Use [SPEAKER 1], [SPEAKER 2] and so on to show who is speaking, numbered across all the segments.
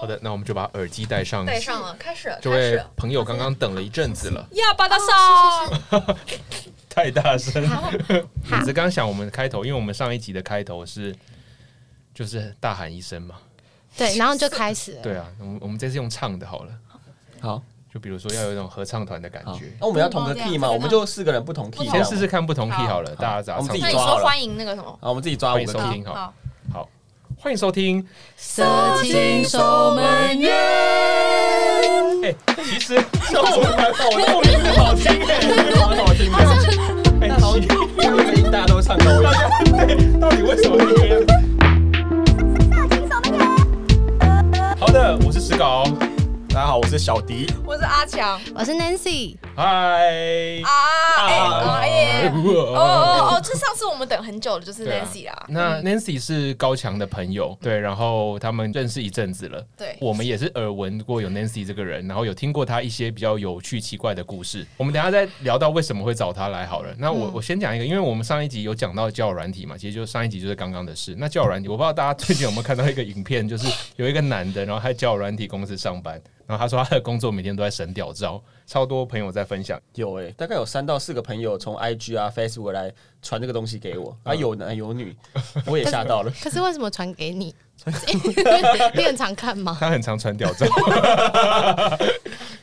[SPEAKER 1] 好的，那我们就把耳机戴上。
[SPEAKER 2] 戴上了，开始，开
[SPEAKER 1] 这位
[SPEAKER 2] 始。
[SPEAKER 1] 朋友刚刚等了一阵子了，
[SPEAKER 2] 呀，巴达
[SPEAKER 3] 哦
[SPEAKER 2] 桑，
[SPEAKER 1] 太大声了。
[SPEAKER 3] 好，
[SPEAKER 1] 我只刚想我们开头，因为我们上一集的开头是就是大喊一声嘛。
[SPEAKER 3] 对，然后就开始了。
[SPEAKER 1] 对啊，我们我们这次用唱的好了，
[SPEAKER 4] 好，
[SPEAKER 1] 就比如说要有一种合唱团的感
[SPEAKER 4] 好
[SPEAKER 1] 觉。
[SPEAKER 4] 那我们要同个 key 吗？我们就四个人不同 key，
[SPEAKER 1] 先试试看不同 key
[SPEAKER 2] 好
[SPEAKER 1] 好了，大家咋
[SPEAKER 4] 我们
[SPEAKER 1] 唱
[SPEAKER 4] 自己
[SPEAKER 2] 那
[SPEAKER 1] 法？
[SPEAKER 2] 你说欢迎那个什么？
[SPEAKER 4] 好，我们自己抓五个
[SPEAKER 1] 欢
[SPEAKER 4] key。
[SPEAKER 1] 迎收听好，欢迎收听。
[SPEAKER 3] 色情守门员，
[SPEAKER 1] 哎，其实
[SPEAKER 4] 笑什么？ 我的名字好听哎，好好听。
[SPEAKER 1] 哎
[SPEAKER 4] 那好，这个音大家都唱高 音。
[SPEAKER 1] 到底为什么会这样子？好的，我是石稿，
[SPEAKER 4] 大家好，我是小迪。
[SPEAKER 2] 我是阿强
[SPEAKER 3] 我是 Nancy。
[SPEAKER 1] 嗨。
[SPEAKER 2] 啊，哎
[SPEAKER 4] 啊
[SPEAKER 2] 哎哎，哎哦哦哦，这上次我们等很久了，就是
[SPEAKER 1] 嗯对啊
[SPEAKER 2] Nancy 啦，
[SPEAKER 1] 那 Nancy 是高强的朋友，对，然后他们认识一阵子了。
[SPEAKER 2] 对
[SPEAKER 1] 我们也是耳闻过有 Nancy 这个人，然后有听过她一些比较有趣奇怪的故事。我们等一下再聊到为什么会找她来好了。那我、我先讲一个，因为我们上一集有讲到交友软体嘛，其实就上一集就是刚刚的事。那交友软体，我不知道大家最近有没有看到一个影片，就是有一个男的，然后他在交友软体公司上班，然后他说他的工作每天都在神屌照，超多朋友在分享。
[SPEAKER 4] 有哎、大概有三到四个朋友从 IG 啊、Facebook 来传这个东西给我，
[SPEAKER 1] 嗯
[SPEAKER 4] 啊有男有女，我也吓到 了。
[SPEAKER 3] 可是为什么传给你？ 你很常看吗？
[SPEAKER 1] 他很常传屌照，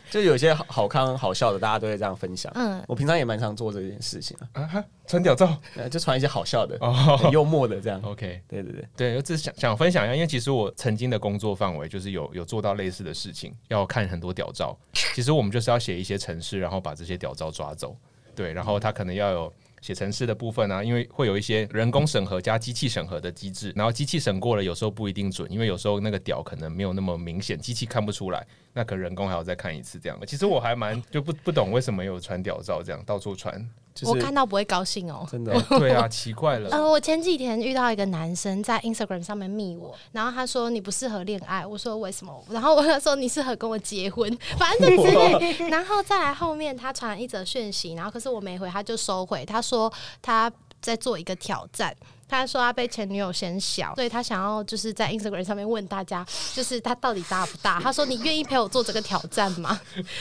[SPEAKER 4] 就有些好好康好笑的，大家都会这样分享。
[SPEAKER 3] 嗯
[SPEAKER 4] 嗯，我平常也蛮常做这件事情 啊，
[SPEAKER 1] 啊哈，传屌照。
[SPEAKER 4] 呃就传一些好笑的、
[SPEAKER 1] 哦
[SPEAKER 4] 很幽默的这样。
[SPEAKER 1] OK，
[SPEAKER 4] 对对对，
[SPEAKER 1] 对，我只是想想分享一下，因为其实我曾经的工作范围就是有有做到类似的事情，要看很多屌照。其实我们就是要写一些城市，然后把这些屌照抓走。对，然后它可能要有写城市的部分啊，因为会有一些人工审核加机器审核的机制，然后机器审过了，有时候不一定准，因为有时候那个屌可能没有那么明显，机器看不出来，那可能人工还要再看一次这样。其实我还蛮就不不懂为什么有传屌照这样到处传，
[SPEAKER 4] 就
[SPEAKER 3] 我
[SPEAKER 4] 是
[SPEAKER 3] 看到不会高兴哦。
[SPEAKER 4] 真的
[SPEAKER 1] 哎 对啊，奇怪了，
[SPEAKER 3] 呃，我前几天遇到一个男生在 Instagram 上面密我，然后他说你不适合恋爱，我说为什么？然后我就说你适合跟我结婚，反正就之类。然后再来后面他传一则讯息，然后可是我没回，他就收回，他说他在做一个挑战。他说他被前女友嫌小，所以他想要就是在 Instagram 上面问大家，就是他到底大不大？他说你愿意陪我做这个挑战吗？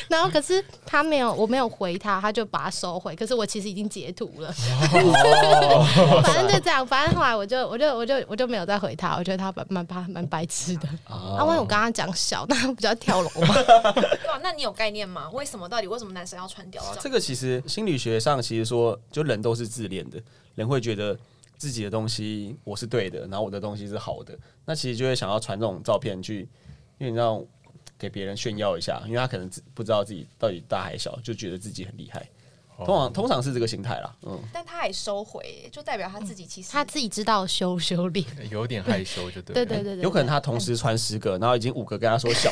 [SPEAKER 3] 然后可是他没有，我没有回他，他就把它收回。可是我其实已经截图了，反正就这样，反正后来我就我就我就我就没有再回他，我觉得他蛮蛮蛮蛮白痴的。啊，因为我刚刚讲小，那比较跳楼嘛。
[SPEAKER 2] 对啊，那你有概念吗？为什么到底为什么男生要穿吊
[SPEAKER 4] 这
[SPEAKER 2] 照？
[SPEAKER 4] 个其实心理学上其实说，就人都是自恋的，人会觉得自己的东西我是对的，然后我的东西是好的，那其实就会想要传这种照片去，因为你知道给别人炫耀一下，因为他可能自不知道自己到底大还小，就觉得自己很厉害。通常通常是这个心态啦，嗯，
[SPEAKER 2] 但他还收回，就代表他自己其实
[SPEAKER 3] 他自己知道羞羞脸，
[SPEAKER 1] 有点害羞就对了。
[SPEAKER 3] 对对对对对，
[SPEAKER 4] 有可能他同时传十个，然后已经五个跟他说小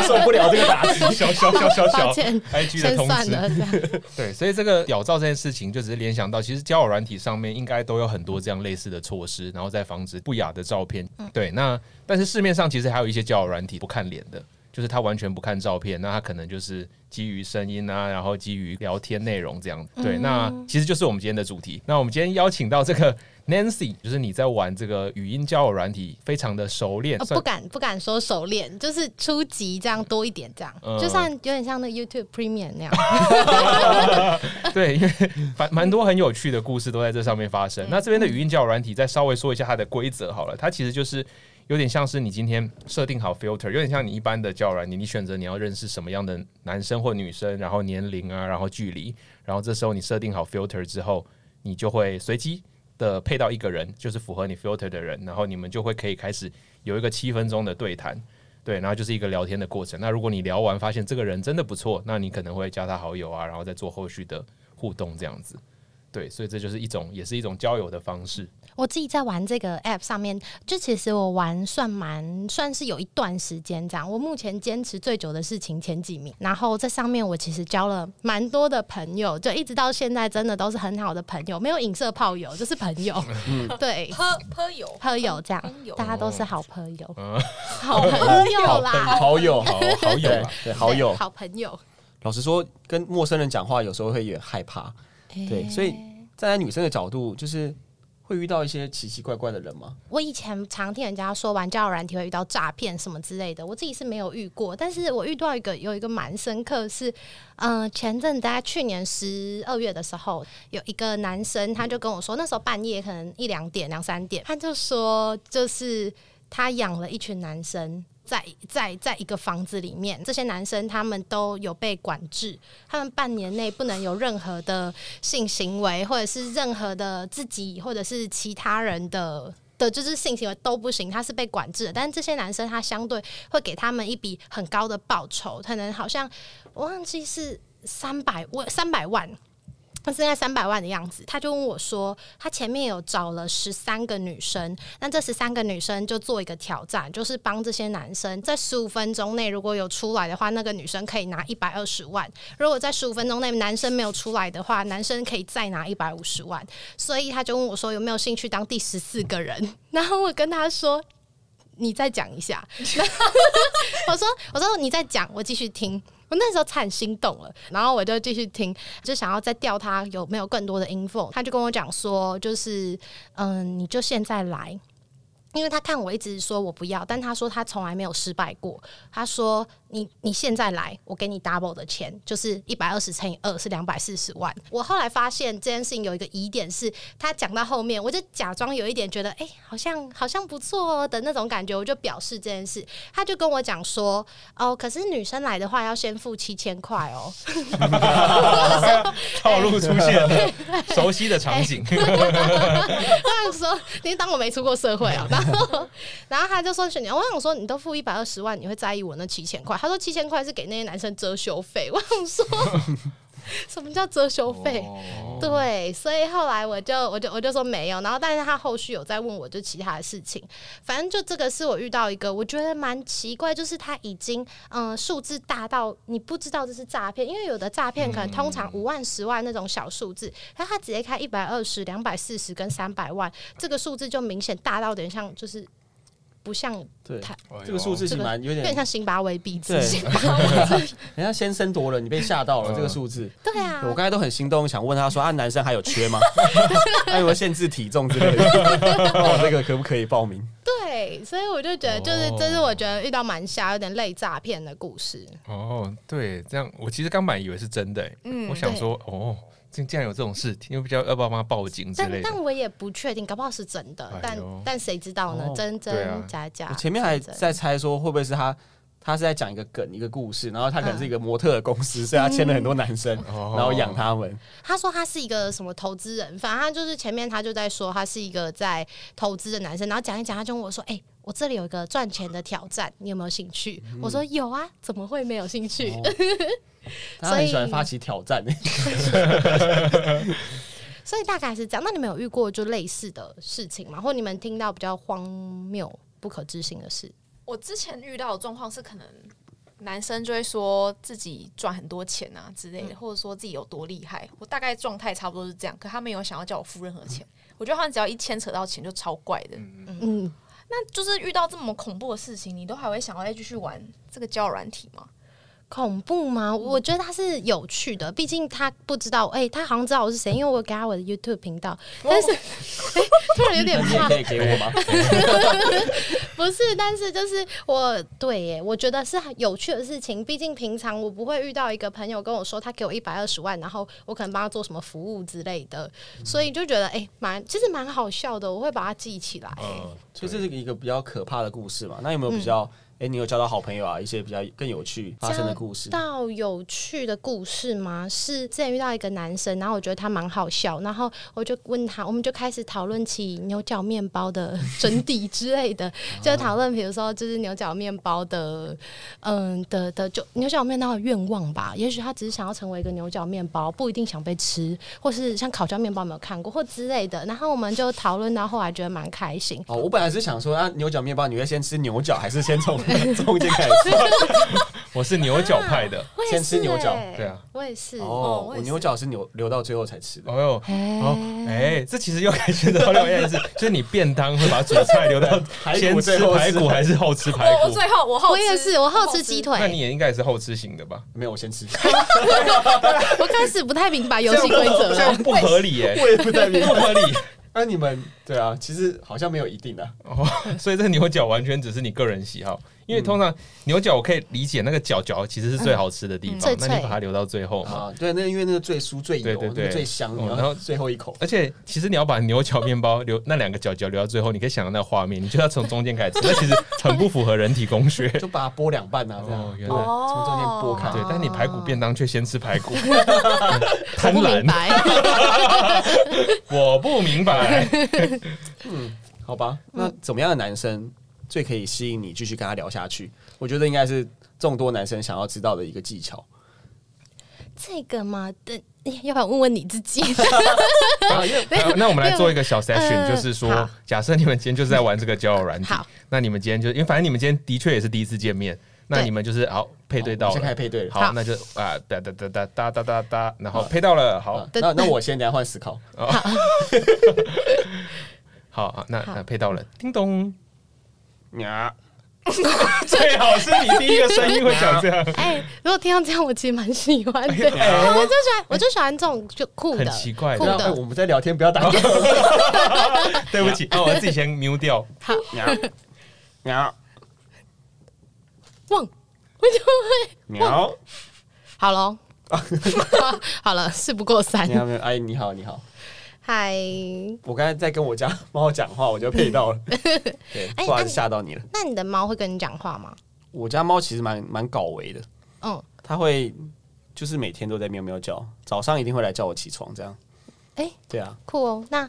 [SPEAKER 4] 受不了这个打击。
[SPEAKER 1] 小小小小
[SPEAKER 3] 抱
[SPEAKER 1] 小
[SPEAKER 3] 歉
[SPEAKER 1] ，IG 的
[SPEAKER 3] 先
[SPEAKER 1] 通
[SPEAKER 3] 算
[SPEAKER 1] 知。
[SPEAKER 3] 了，这样
[SPEAKER 1] 对，所以这个屌照这件事情，就只是联想到，其实交友软体上面应该都有很多这样类似的措施，然后再防止不雅的照片。
[SPEAKER 3] 嗯
[SPEAKER 1] 对，那但是市面上其实还有一些交友软体不看脸的，就是他完全不看照片，那他可能就是基于声音啊，然后基于聊天内容这样。对，那
[SPEAKER 3] 嗯
[SPEAKER 1] 其实就是我们今天的主题。那我们今天邀请到这个 Nancy，就是你在玩这个语音交友软体非常的熟练，
[SPEAKER 3] 呃
[SPEAKER 1] 算
[SPEAKER 3] 不敢不敢说熟练，就是初级这样多一点，这样
[SPEAKER 1] 嗯
[SPEAKER 3] 就算有点像那 YouTube Premium 那样。
[SPEAKER 1] 对，因为蛮蛮多很有趣的故事都在这上面发生。那这边的语音交友软体，再稍微说一下它的规则好了。它其实就是有点像是你今天设定好 filter，有点像你一般的交友软体，你选择你要认识什么样的男生或女生，然后年龄啊，然后距离，然后这时候你设定好 filter 之后，你就会随机的配到一个人，就是符合你 filter 的人，然后你们就会可以开始有一个七分钟的对谈。对，然后就是一个聊天的过程。那如果你聊完发现这个人真的不错，那你可能会加他好友啊，然后再做后续的互动这样子。对，所以这就是一种，也是一种交友的方式。
[SPEAKER 3] 我自己在玩这个 app 上面，就其实我玩算蛮算是有一段时间这样。我目前坚持最久的事情前几名，然后在上面我其实交了蛮多的朋友，就一直到现在真的都是很好的朋友，没有影射炮友，就是朋友。对，
[SPEAKER 2] 喝喝油
[SPEAKER 3] 朋友这样
[SPEAKER 2] 朋友，
[SPEAKER 3] 大家都是好朋友，好朋友啦，
[SPEAKER 4] 好友，
[SPEAKER 1] 好好友
[SPEAKER 4] 对
[SPEAKER 1] 啦，
[SPEAKER 4] 对，好友
[SPEAKER 3] 对。好朋友。
[SPEAKER 4] 老实说，跟哎陌生人讲话有时候会有点害怕，对，所以站在女生的角度，就是会遇到一些奇奇怪怪的人吗？
[SPEAKER 3] 我以前常听人家说玩交友软体会遇到诈骗什么之类的，我自己是没有遇过，但是我遇到一个有一个蛮深刻是，嗯、前阵子大概去年十二月的时候，有一个男生他就跟我说，那时候半夜可能一两点、两三点，他就说就是他养了一群男生。在在在一个房子里面，这些男生他们都有被管制，他们半年内不能有任何的性行为，或者是任何的自己或者是其他人的。的就是性行为都不行，他是被管制的。但是这些男生他相对会给他们一笔很高的报酬，可能好像我忘记是三百万，三百万，但是应该三百万的样子。他就问我说，他前面有找了十三个女生，那这十三个女生就做一个挑战，就是帮这些男生在十五分钟内如果有出来的话，那个女生可以拿一百二十万；如果在十五分钟内男生没有出来的话，男生可以再拿一百五十万。所以他就问我说有没有兴趣当第十四个人，然后我跟他说。你再讲一下， 我说我说你再讲，我继续听。我那时候惨心动了，然后我就继续听，就想要再调他有没有更多的 info。他就跟我讲说，就是嗯，你就现在来，因为他看我一直说我不要，但他说他从来没有失败过。他说你你现在来，我给你 double 的钱，就是一百二十乘以二是两百四十万。我后来发现这件事情有一个疑点是，他讲到后面，我就假装有一点觉得，哎、好像好像不错哦的那种感觉，我就表示这件事。他就跟我讲说，哦，可是女生来的话要先付七千块哦。
[SPEAKER 1] 套路出现了， 熟悉的场景。
[SPEAKER 3] 我想说，你当我没出过社会啊？然后，然后他就说选你，我想说，你都付一百二十万，你会在意我那七千块？他说七千块是给那些男生遮羞费。我想说，什么叫遮羞
[SPEAKER 1] 哦
[SPEAKER 3] 费？对，所以后来我就我就我就说没有，然后但是他后续有在问我就其他的事情，反正就这个是我遇到一个我觉得蛮奇怪，就是他已经嗯数、字大到你不知道这是诈骗，因为有的诈骗可能通常五万、十万那种小数字，但他直接开一百二十、两百四十跟三百万，这个数字就明显大到有点像就是不像
[SPEAKER 4] 对，
[SPEAKER 3] 他
[SPEAKER 1] 哎
[SPEAKER 4] 这个数字其实蛮有
[SPEAKER 3] 有
[SPEAKER 4] 点
[SPEAKER 3] 点像辛巴威币制
[SPEAKER 4] 对，
[SPEAKER 3] 性，
[SPEAKER 4] 人家先声夺人，你被吓到了
[SPEAKER 1] 嗯
[SPEAKER 4] 这个数字。
[SPEAKER 3] 对啊，
[SPEAKER 4] 我刚才都很心动，想问他说啊，男生还有缺 吗？还有没有限制体重之类 的？哦，这个可不可以报名？
[SPEAKER 3] 对，所以我就觉得就是
[SPEAKER 1] 哦
[SPEAKER 3] 这是我觉得遇到蛮瞎有点类诈骗的故事。
[SPEAKER 1] 哦，对，这样我其实刚本来以为是真的、欸，
[SPEAKER 2] 嗯
[SPEAKER 1] 我想说，哦，竟竟然有这种事，因为比较要不要帮他报警之类
[SPEAKER 3] 但
[SPEAKER 1] 的
[SPEAKER 3] 但。我也不确定，搞不好是真的，
[SPEAKER 1] 哎呦
[SPEAKER 3] 但但谁知道呢？
[SPEAKER 4] 哦
[SPEAKER 3] 真
[SPEAKER 1] 对啊
[SPEAKER 3] 真假假
[SPEAKER 4] 我，前面还
[SPEAKER 3] 真
[SPEAKER 4] 在猜说会不会是他，他是在讲一个梗，一个故事，然后他可能是一个模特儿公司，所以他签了很多男生，
[SPEAKER 1] 哦
[SPEAKER 4] 然后养他们。
[SPEAKER 3] 他说他是一个什么投资人，反正他就是前面他就在说他是一个在投资的男生，然后讲一讲，他就问我说：“哎、我这里有一个赚钱的挑战，你有没有兴趣？”
[SPEAKER 1] 嗯
[SPEAKER 3] 我说：“有啊，怎么会没有兴趣？”
[SPEAKER 4] 哦他很喜欢发起挑战，
[SPEAKER 3] 所以大概是这样。那你们有遇过就类似的事情吗？或你们听到比较荒谬、不可置信的事？
[SPEAKER 2] 我之前遇到的状况是，可能男生就会说自己赚很多钱啊之
[SPEAKER 1] 嗯
[SPEAKER 2] 类的，或者说自己有多厉害。我大概状态差不多是这样，可他们有想要叫我付任何钱。我觉得他们只要一牵扯到钱就超怪的，
[SPEAKER 3] 嗯，
[SPEAKER 2] 那就是遇到这么恐怖的事情，你都还会想要再继续玩这个交友软体吗？
[SPEAKER 3] 恐怖吗？我觉得他是有趣的，毕竟他不知道，哎、他好像知道我是谁，因为我给他我的 YouTube 频道，但是、 哎突然有点
[SPEAKER 4] 那你也
[SPEAKER 3] 怕
[SPEAKER 4] 可，以给我吗？
[SPEAKER 3] 不是，但是就是我对耶，我觉得是很有趣的事情，毕竟平常我不会遇到一个朋友跟我说他给我一百二十万，然后我可能帮他做什么服务之类的，所以就觉得哎，蛮、其实蛮好笑的，我会把它记起来。
[SPEAKER 1] 嗯，
[SPEAKER 4] 所以这是一个比较可怕的故事嘛。那有没有比较？哎、你有交到好朋友啊？一些比较更有趣发生的故事？
[SPEAKER 3] 到有趣的故事吗？是之前遇到一个男生，然后我觉得他蛮好笑，然后我就问他，我们就开始讨论起牛角面包的真谛之类的，就讨论比如说就是牛角面包的，嗯的的就牛角面包的愿望吧。也许他只是想要成为一个牛角面包，不一定想被吃，或是像烤焦面包有没有看过或之类的。然后我们就讨论到后来觉得蛮开心，
[SPEAKER 4] 哦，我本来是想说，啊，牛角面包，你会先吃牛角，还是先从中间开始吃？
[SPEAKER 1] 我是牛角派的，
[SPEAKER 3] 我也
[SPEAKER 4] 先吃
[SPEAKER 3] 是
[SPEAKER 4] 牛角
[SPEAKER 3] 欸
[SPEAKER 1] 对，啊，
[SPEAKER 3] 我也是。
[SPEAKER 4] 哦，
[SPEAKER 2] 我
[SPEAKER 4] 我
[SPEAKER 2] 也是
[SPEAKER 4] 牛角是牛留到最后才吃的。
[SPEAKER 1] 哦哟。
[SPEAKER 3] 哎
[SPEAKER 1] 哦，哎、这其实又可以牵扯到另外一件事， 就是你便当会把主菜留到
[SPEAKER 4] 排骨
[SPEAKER 1] 先
[SPEAKER 4] 最
[SPEAKER 1] 吃
[SPEAKER 4] 后
[SPEAKER 1] 排
[SPEAKER 4] 吃
[SPEAKER 1] 骨还是后吃排
[SPEAKER 2] 哦我我
[SPEAKER 1] 骨？
[SPEAKER 2] 最后我后
[SPEAKER 3] 我也是，我好
[SPEAKER 2] 后
[SPEAKER 3] 吃鸡。
[SPEAKER 1] 那
[SPEAKER 3] 腿
[SPEAKER 1] 你。也应该也是后哦吃型的吧？
[SPEAKER 4] 没有，我先吃。
[SPEAKER 3] 我开始不太明白游戏规则啊
[SPEAKER 1] 这样
[SPEAKER 3] 了。
[SPEAKER 1] 不合理耶、欸
[SPEAKER 4] 我也不太明
[SPEAKER 1] 不
[SPEAKER 4] 白。
[SPEAKER 1] 合理。
[SPEAKER 4] 那你们对啊，其实好像没有一定啊的，
[SPEAKER 1] 哦 所以这个牛角完全只是你个人喜好，因
[SPEAKER 4] 嗯
[SPEAKER 1] 为通常牛角我可以理解那个角角其实是最好吃的地
[SPEAKER 2] 嗯
[SPEAKER 1] 方，
[SPEAKER 3] 脆
[SPEAKER 1] 那
[SPEAKER 3] 脆
[SPEAKER 1] 你把它留到最后嘛。
[SPEAKER 4] 啊，对，那因为那个最酥、最
[SPEAKER 1] 对
[SPEAKER 4] 油、
[SPEAKER 1] 对
[SPEAKER 4] 那
[SPEAKER 1] 对
[SPEAKER 4] 个最香，
[SPEAKER 1] 哦
[SPEAKER 4] 然
[SPEAKER 1] 然后
[SPEAKER 4] 后最后一口，
[SPEAKER 1] 而且其实你要把牛角面包留那两个角角留到最后，你可以想到那个画面，你就要从中间开始吃，那其实很不符合人体工 学。
[SPEAKER 4] 就把它剥两半啊，这
[SPEAKER 1] 哦
[SPEAKER 4] 样，
[SPEAKER 1] 原
[SPEAKER 4] 对，
[SPEAKER 1] 来
[SPEAKER 4] 从中间剥开
[SPEAKER 1] 对，但你排骨便当却先吃排骨，
[SPEAKER 3] 我
[SPEAKER 1] 贪
[SPEAKER 3] 不明
[SPEAKER 1] 婪，
[SPEAKER 3] 白。
[SPEAKER 1] 我不明白。
[SPEAKER 4] 好吧？
[SPEAKER 3] 嗯
[SPEAKER 4] 那怎么样的男生最可以吸引你继续跟他聊下去？我觉得应该是众多男生想要知道的一个技巧
[SPEAKER 3] 这个嘛，等要不要问问你自己？
[SPEAKER 4] 啊，因为
[SPEAKER 1] 好那我们来做一个小 session，
[SPEAKER 3] 呃
[SPEAKER 1] 就是说
[SPEAKER 3] 好，
[SPEAKER 1] 假设你们今天就是在玩这个交友软体
[SPEAKER 3] 好，
[SPEAKER 1] 那你们今天就因为反正你们今天的确也是第一次见面，那
[SPEAKER 3] 对
[SPEAKER 1] 你们就是好配对
[SPEAKER 4] 我
[SPEAKER 1] 到
[SPEAKER 4] 们先开
[SPEAKER 1] 了
[SPEAKER 4] 始，配对了。
[SPEAKER 1] 好，
[SPEAKER 3] 好
[SPEAKER 1] 那就啊哒哒哒哒哒哒哒哒，然后
[SPEAKER 4] 好
[SPEAKER 1] 配到了，好
[SPEAKER 4] 啊那那我先等一下换思考，
[SPEAKER 1] 好好，那
[SPEAKER 3] 好
[SPEAKER 1] 那配到了，叮咚，
[SPEAKER 4] 呀，
[SPEAKER 1] 最好是你第一个声音会讲这样，
[SPEAKER 3] 哎、如果听到这样，我其实蛮喜欢的。
[SPEAKER 1] 哎
[SPEAKER 3] 我就喜欢，我就喜欢这种就酷
[SPEAKER 1] 很
[SPEAKER 3] 的，
[SPEAKER 1] 奇怪
[SPEAKER 3] 酷
[SPEAKER 1] 的，
[SPEAKER 4] 那哎
[SPEAKER 3] 的。
[SPEAKER 4] 我们在聊天，不要 打嗝。
[SPEAKER 1] 对不起，哦，我自己先 mute 掉，
[SPEAKER 4] 呀呀
[SPEAKER 3] 忘，我就会哦
[SPEAKER 4] 喵
[SPEAKER 3] 好喽。好了，事不过三
[SPEAKER 4] 你。好，阿姨哎你好，你好。
[SPEAKER 3] 嗨，
[SPEAKER 4] 我刚才在跟我家猫讲话，我就配 到了，对，
[SPEAKER 3] 哎
[SPEAKER 4] 不
[SPEAKER 3] 那
[SPEAKER 4] 好意思
[SPEAKER 3] 你
[SPEAKER 4] 吓到你了。
[SPEAKER 3] 那你的猫会跟你讲话吗？
[SPEAKER 4] 我家猫其实蛮蛮搞维的，
[SPEAKER 3] 嗯，
[SPEAKER 4] 它会就是每天都在喵喵叫，早上一定会来叫我起床这样。
[SPEAKER 3] 哎
[SPEAKER 4] 对啊，
[SPEAKER 3] 酷哦。那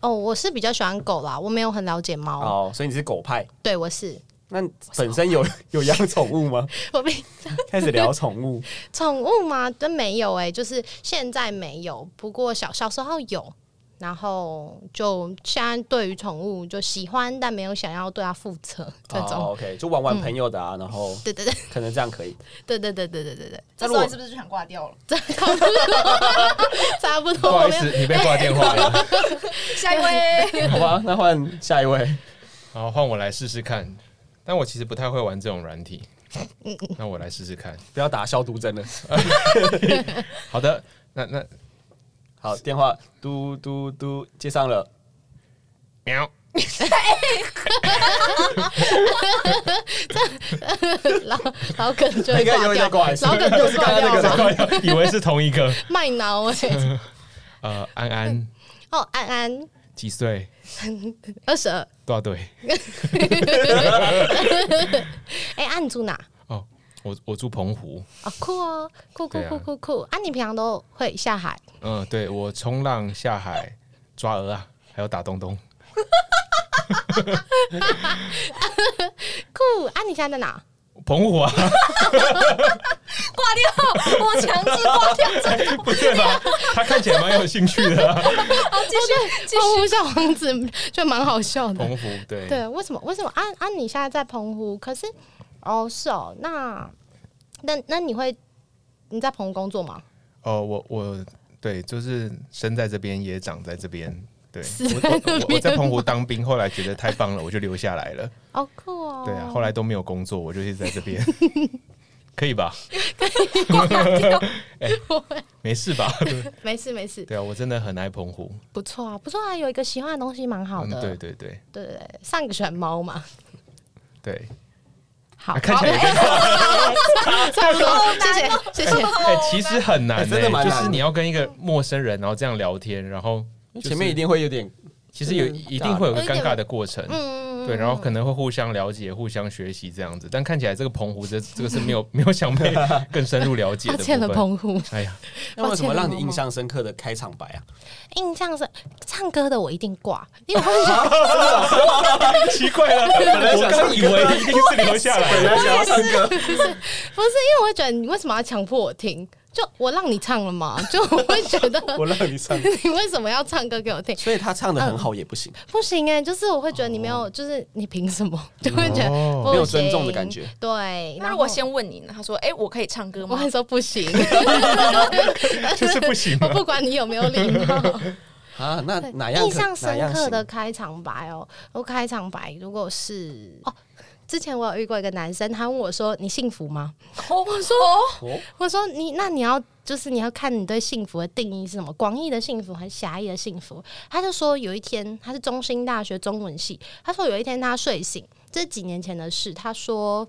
[SPEAKER 3] 哦，我是比较喜欢狗啦，我没有很了解猫。
[SPEAKER 4] 哦，所以你是狗派。
[SPEAKER 3] 对，我是
[SPEAKER 4] 那本身有 有养宠 物吗？
[SPEAKER 3] 我比
[SPEAKER 4] 开始聊宠物，
[SPEAKER 3] 宠物吗？真没有哎、就是现在没有，不过小小时候有。然后就现在对于宠物就喜欢，但没有想要对它负责这种。
[SPEAKER 4] 哦、OK，就玩玩朋友的啊，然后
[SPEAKER 3] 对对对
[SPEAKER 4] 可能这样可以。
[SPEAKER 3] 对对对对对对对，
[SPEAKER 2] 这时候你是不是就想挂掉了？
[SPEAKER 3] 差不多，差不
[SPEAKER 1] 不
[SPEAKER 3] 多。
[SPEAKER 1] 好意思，你被挂电话了。
[SPEAKER 2] 下一位，
[SPEAKER 1] 嗯
[SPEAKER 4] 好吧，那换下一位。
[SPEAKER 1] 好，换我来试试看。但我其实不太会玩这种软体，那我来试试看。
[SPEAKER 4] 不要打消毒针了。
[SPEAKER 1] 好的，那那
[SPEAKER 4] 好，电话嘟嘟嘟接上了，
[SPEAKER 1] 喵，
[SPEAKER 3] 老老梗就会
[SPEAKER 4] 应该
[SPEAKER 3] 挂
[SPEAKER 4] 就会再
[SPEAKER 3] 掉，
[SPEAKER 4] 挂一次
[SPEAKER 3] 老梗就会
[SPEAKER 4] 刚
[SPEAKER 3] 挂
[SPEAKER 4] 刚那
[SPEAKER 3] 掉
[SPEAKER 4] 个
[SPEAKER 3] 了。
[SPEAKER 1] 以为是同一个。
[SPEAKER 3] 卖脑哎、
[SPEAKER 1] 呃，安安
[SPEAKER 3] 哦，安安
[SPEAKER 1] 几岁？
[SPEAKER 3] 二十二，
[SPEAKER 1] 多少岁？
[SPEAKER 3] 哎，安你住哪？
[SPEAKER 1] 哦，我我住澎湖。
[SPEAKER 3] 哦，酷哦，酷酷
[SPEAKER 1] 对啊
[SPEAKER 3] 酷酷酷！啊，你平常都会下海？
[SPEAKER 1] 嗯，对我冲浪、下海、抓鹅啊，还有打东东。
[SPEAKER 3] 酷啊！你现在在哪？
[SPEAKER 1] 澎湖 啊，
[SPEAKER 2] 挂掉，我强制挂掉。
[SPEAKER 1] 不对吧？他看起来蛮有兴趣的、啊。
[SPEAKER 2] 好，继续， 继
[SPEAKER 3] 澎
[SPEAKER 2] 续。
[SPEAKER 3] 湖小王子就蛮好笑 的。
[SPEAKER 1] 澎湖对，
[SPEAKER 3] 对，为什么？为什么？啊啊！你现在在澎湖，可是哦，是哦，那那那你会你在澎湖工作吗？
[SPEAKER 1] 哦，我我对，就是生在这边，也长在这边。对，
[SPEAKER 3] 死
[SPEAKER 1] 我
[SPEAKER 3] 在
[SPEAKER 1] 我
[SPEAKER 3] 那
[SPEAKER 1] 我我在
[SPEAKER 3] 边
[SPEAKER 1] 澎湖当兵，后来觉得太棒了，我就留下来了。
[SPEAKER 3] 哦，酷哦！
[SPEAKER 1] 对啊，后来都没有工作，我就一直在这 边，可以吧？ 哎， 没事吧？
[SPEAKER 3] 没事没事，
[SPEAKER 1] 对啊，我真的很爱澎湖。
[SPEAKER 3] 不错啊，不错啊，有一个喜欢的东西蛮好
[SPEAKER 1] 嗯，
[SPEAKER 3] 的。
[SPEAKER 1] 对对对
[SPEAKER 3] 对对对，上一个喜欢猫嘛。
[SPEAKER 1] 对，
[SPEAKER 3] 好，
[SPEAKER 1] 啊看起来 也跟
[SPEAKER 2] 哦
[SPEAKER 3] 好差不多，谢谢谢谢。
[SPEAKER 1] 哎，其实很难
[SPEAKER 4] 哎
[SPEAKER 1] 欸，
[SPEAKER 4] 真的蛮
[SPEAKER 1] 就
[SPEAKER 4] 难
[SPEAKER 1] 是
[SPEAKER 4] 的
[SPEAKER 1] 你要跟一个陌生人，然后这样聊天，然后就是
[SPEAKER 4] 前面一定会有点
[SPEAKER 1] 其实有
[SPEAKER 4] 嗯
[SPEAKER 1] 一定会有个尴尬的过程。
[SPEAKER 3] 嗯，
[SPEAKER 1] 对，然后可能会互相了解、互相学习这样子，但看起来这个澎湖 这这个是没有没有想被更深入了解
[SPEAKER 3] 抱
[SPEAKER 1] 的
[SPEAKER 3] 歉了
[SPEAKER 1] 部 分。
[SPEAKER 3] 澎湖，
[SPEAKER 1] 哎呀，
[SPEAKER 4] 那有没有什
[SPEAKER 3] 抱歉
[SPEAKER 4] 么
[SPEAKER 3] 了
[SPEAKER 4] 让你
[SPEAKER 3] 猫
[SPEAKER 4] 印
[SPEAKER 3] 猫
[SPEAKER 4] 象深刻的开场白啊？
[SPEAKER 3] 印象是唱歌的我一定 挂，因为我很喜欢
[SPEAKER 1] 奇怪了，本
[SPEAKER 4] 来
[SPEAKER 1] 我
[SPEAKER 4] 想
[SPEAKER 1] 刚以为一定是留下来的，
[SPEAKER 4] 想要唱歌，
[SPEAKER 3] 不是因为我会觉得你为什么要强迫我听？就我让你唱了嘛，就我会觉得
[SPEAKER 4] 我让 你唱。
[SPEAKER 3] 你为什么要唱歌给我听？
[SPEAKER 4] 所以他唱的很好也不行，
[SPEAKER 3] 不行哎、就是我会觉得你没有，就是你凭什么？就会觉得
[SPEAKER 1] 哦
[SPEAKER 3] 不
[SPEAKER 4] 没有尊重的
[SPEAKER 3] 行
[SPEAKER 4] 感觉。
[SPEAKER 3] 对，
[SPEAKER 2] 那
[SPEAKER 3] 然
[SPEAKER 2] 如
[SPEAKER 3] 后
[SPEAKER 2] 果先问你呢？他说：“哎，我可以唱歌
[SPEAKER 3] 我
[SPEAKER 2] 吗
[SPEAKER 3] 会说不 行，
[SPEAKER 1] 就是不行
[SPEAKER 3] 我
[SPEAKER 1] 嘛。
[SPEAKER 3] 不管你有没有礼貌。
[SPEAKER 4] 啊，那
[SPEAKER 3] 对
[SPEAKER 4] 啊 哪样可
[SPEAKER 3] 印象
[SPEAKER 4] 哪
[SPEAKER 3] 深
[SPEAKER 4] 样
[SPEAKER 3] 刻
[SPEAKER 4] 行
[SPEAKER 3] 的开场白哦？我开场白如果是哦，之前我有遇过一个男生，他问我说：“你幸福吗？”？”
[SPEAKER 2] 我说
[SPEAKER 4] 哦，
[SPEAKER 3] 我说：“你那你要就是你要看你对幸福的定义是什么，广义的幸福还是狭义的幸福。他就说有一天，他是中兴大学中文系，他说有一天他睡醒，这是几年前的事，他说。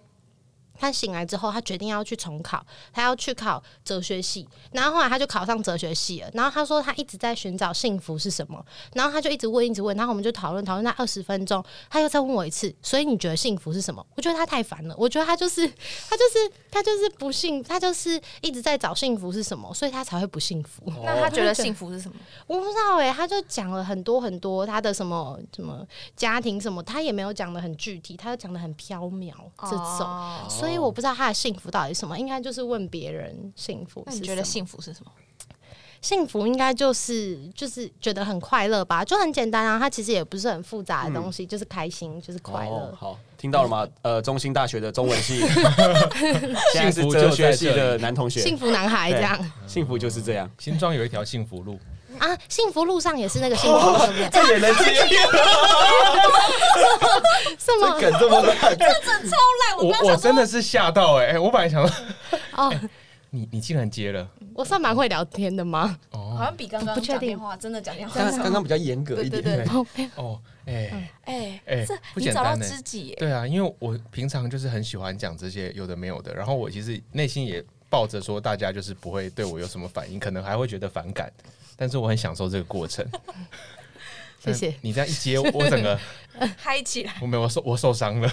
[SPEAKER 3] 他醒来之后，他决定要去重考，他要去考哲学系。然后后来他就考上哲学系了。然后他说他一直在寻找幸福是什么，然后他就一直问，一直问。然后我们就讨论讨论那二十分钟，他又再问我一次。所以你觉得幸福是什么？我觉得他太烦了。我觉得他就是他就是他就是不幸，他就是一直在找幸福是什么，所以他才会不幸福。
[SPEAKER 4] 哦
[SPEAKER 2] 那他觉得幸福是什么？
[SPEAKER 3] 我不知道哎、他就讲了很多很多他的什么什么家庭什么，他也没有讲的很具体，他就讲的很缥缈这种。
[SPEAKER 2] 哦
[SPEAKER 3] 所以我不知道他的幸福到底是什么，应该就是问别人幸福
[SPEAKER 2] 那
[SPEAKER 3] 是
[SPEAKER 2] 你
[SPEAKER 3] 什
[SPEAKER 2] 觉得
[SPEAKER 3] 么
[SPEAKER 2] 幸福是什么？
[SPEAKER 3] 幸福应该就是就是觉得很快乐吧，就很简单啊，它其实也不是很复杂的东西，就是开心，就是快乐。
[SPEAKER 4] 嗯哦好，听到了吗？呃，中兴大学的中文 系， 现在是
[SPEAKER 1] 幸福就
[SPEAKER 4] 哲学
[SPEAKER 1] 在
[SPEAKER 4] 系
[SPEAKER 1] 这里
[SPEAKER 4] 的男同学，
[SPEAKER 3] 幸福男孩这样
[SPEAKER 4] 幸福就是这 样。
[SPEAKER 1] 新庄有一条幸福路，
[SPEAKER 3] 啊，幸福路上也是那个幸福，对 不对？
[SPEAKER 4] 这也能接？
[SPEAKER 3] 什么？
[SPEAKER 4] 梗这么烂？
[SPEAKER 2] 超烂！ 刚
[SPEAKER 1] 我我
[SPEAKER 2] 想说
[SPEAKER 1] 真的是吓到哎、哎我本来想说 哎
[SPEAKER 3] 哦，
[SPEAKER 1] 你你竟然接了哦
[SPEAKER 3] 我算蛮会聊天的吗？
[SPEAKER 2] 好像比刚刚
[SPEAKER 3] 不确
[SPEAKER 2] 讲
[SPEAKER 3] 定
[SPEAKER 2] 电话真的讲电话
[SPEAKER 4] 刚 刚刚比较严格一
[SPEAKER 2] 对对对
[SPEAKER 1] 对
[SPEAKER 4] 点，
[SPEAKER 3] 哦，没有
[SPEAKER 1] 哦，哎、
[SPEAKER 2] 哎
[SPEAKER 1] 哎
[SPEAKER 2] 这
[SPEAKER 1] 不
[SPEAKER 2] 你
[SPEAKER 1] 简
[SPEAKER 2] 找到
[SPEAKER 1] 单哎
[SPEAKER 2] 知己耶，
[SPEAKER 1] 对啊，因为我平常就是很喜欢讲这些有的没有的，然后我其实内心也抱着说大家就是不会对我有什么反应，可能还会觉得反感，但是我很享受这个过程。
[SPEAKER 3] 谢谢
[SPEAKER 1] 但你这样一接，我整个
[SPEAKER 2] 嗨起来！
[SPEAKER 1] 我没有我受我受伤了，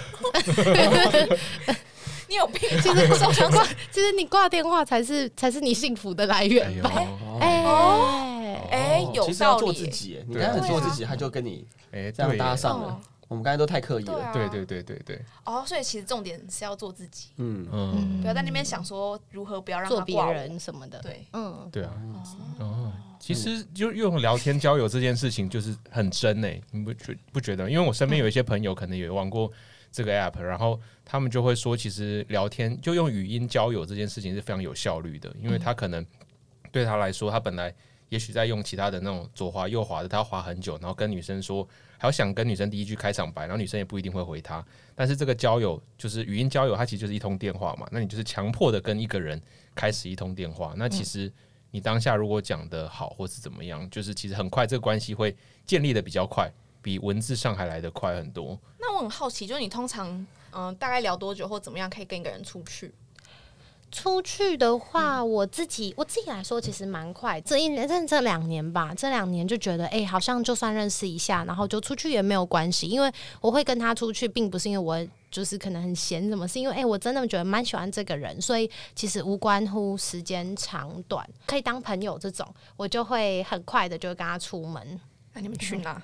[SPEAKER 2] 你有 病？
[SPEAKER 3] 其实挂挂，其实你挂电话才是才是你幸福的来
[SPEAKER 1] 哎
[SPEAKER 3] 源
[SPEAKER 1] 呦
[SPEAKER 3] 吧？
[SPEAKER 1] 哎
[SPEAKER 3] 哎、
[SPEAKER 2] 哎，有
[SPEAKER 4] 其实要
[SPEAKER 2] 道
[SPEAKER 4] 做
[SPEAKER 2] 理
[SPEAKER 4] 自
[SPEAKER 2] 耶。
[SPEAKER 4] 己耶，你
[SPEAKER 1] 对
[SPEAKER 4] 刚
[SPEAKER 1] 啊
[SPEAKER 4] 刚很做自己，他就跟你
[SPEAKER 1] 哎，
[SPEAKER 4] 这样
[SPEAKER 1] 对
[SPEAKER 4] 搭
[SPEAKER 1] 耶，
[SPEAKER 4] 上了
[SPEAKER 3] 啊
[SPEAKER 2] 哦。
[SPEAKER 4] 我们刚才都太刻意
[SPEAKER 2] 对
[SPEAKER 4] 了，
[SPEAKER 2] 啊，
[SPEAKER 1] 对对对对对，
[SPEAKER 2] 哦，所以其实重点是要做自己，
[SPEAKER 4] 嗯，
[SPEAKER 1] 嗯，
[SPEAKER 2] 不要在那边想说如何不要让他
[SPEAKER 3] 做别
[SPEAKER 2] 挂我。
[SPEAKER 3] 人什么的，
[SPEAKER 2] 对，
[SPEAKER 3] 嗯，
[SPEAKER 1] 对啊，哦，其实就用聊天交友这件事情，就是很真诶、你不觉不觉得？因为我身边有一些朋友可能也玩过这个 app，然后他们就会说，其实聊天就用语音交友这件事情是非常有效率的，因为他可能对他来说，他本来也许在用其他的那种左滑右滑的，他要滑很久，然后跟女生说，还要想跟女生第一句开场白，然后女生也不一定会回他。但是这个交友就是语音交友，它其实就是一通电话嘛，那你就是强迫的跟一个人开始一通电话，那其实。你当下如果讲的好，或是怎么样，就是其实很快这个关系会建立的比较快，比文字上还来得快很多。
[SPEAKER 2] 那我很好奇，就是你通常嗯、大概聊多久或怎么样可以跟一个人出去？
[SPEAKER 3] 出去的话，我自己我自己来说，其实蛮快。这一年，这这两年吧，这两年就觉得，哎、好像就算认识一下，然后就出去也没有关系。因为我会跟他出去，并不是因为我就是可能很闲什么，是因为哎、诶我真的觉得蛮喜欢这个人，所以其实无关乎时间长短，可以当朋友这种，我就会很快的就会跟他出门。
[SPEAKER 2] 那、你们去哪？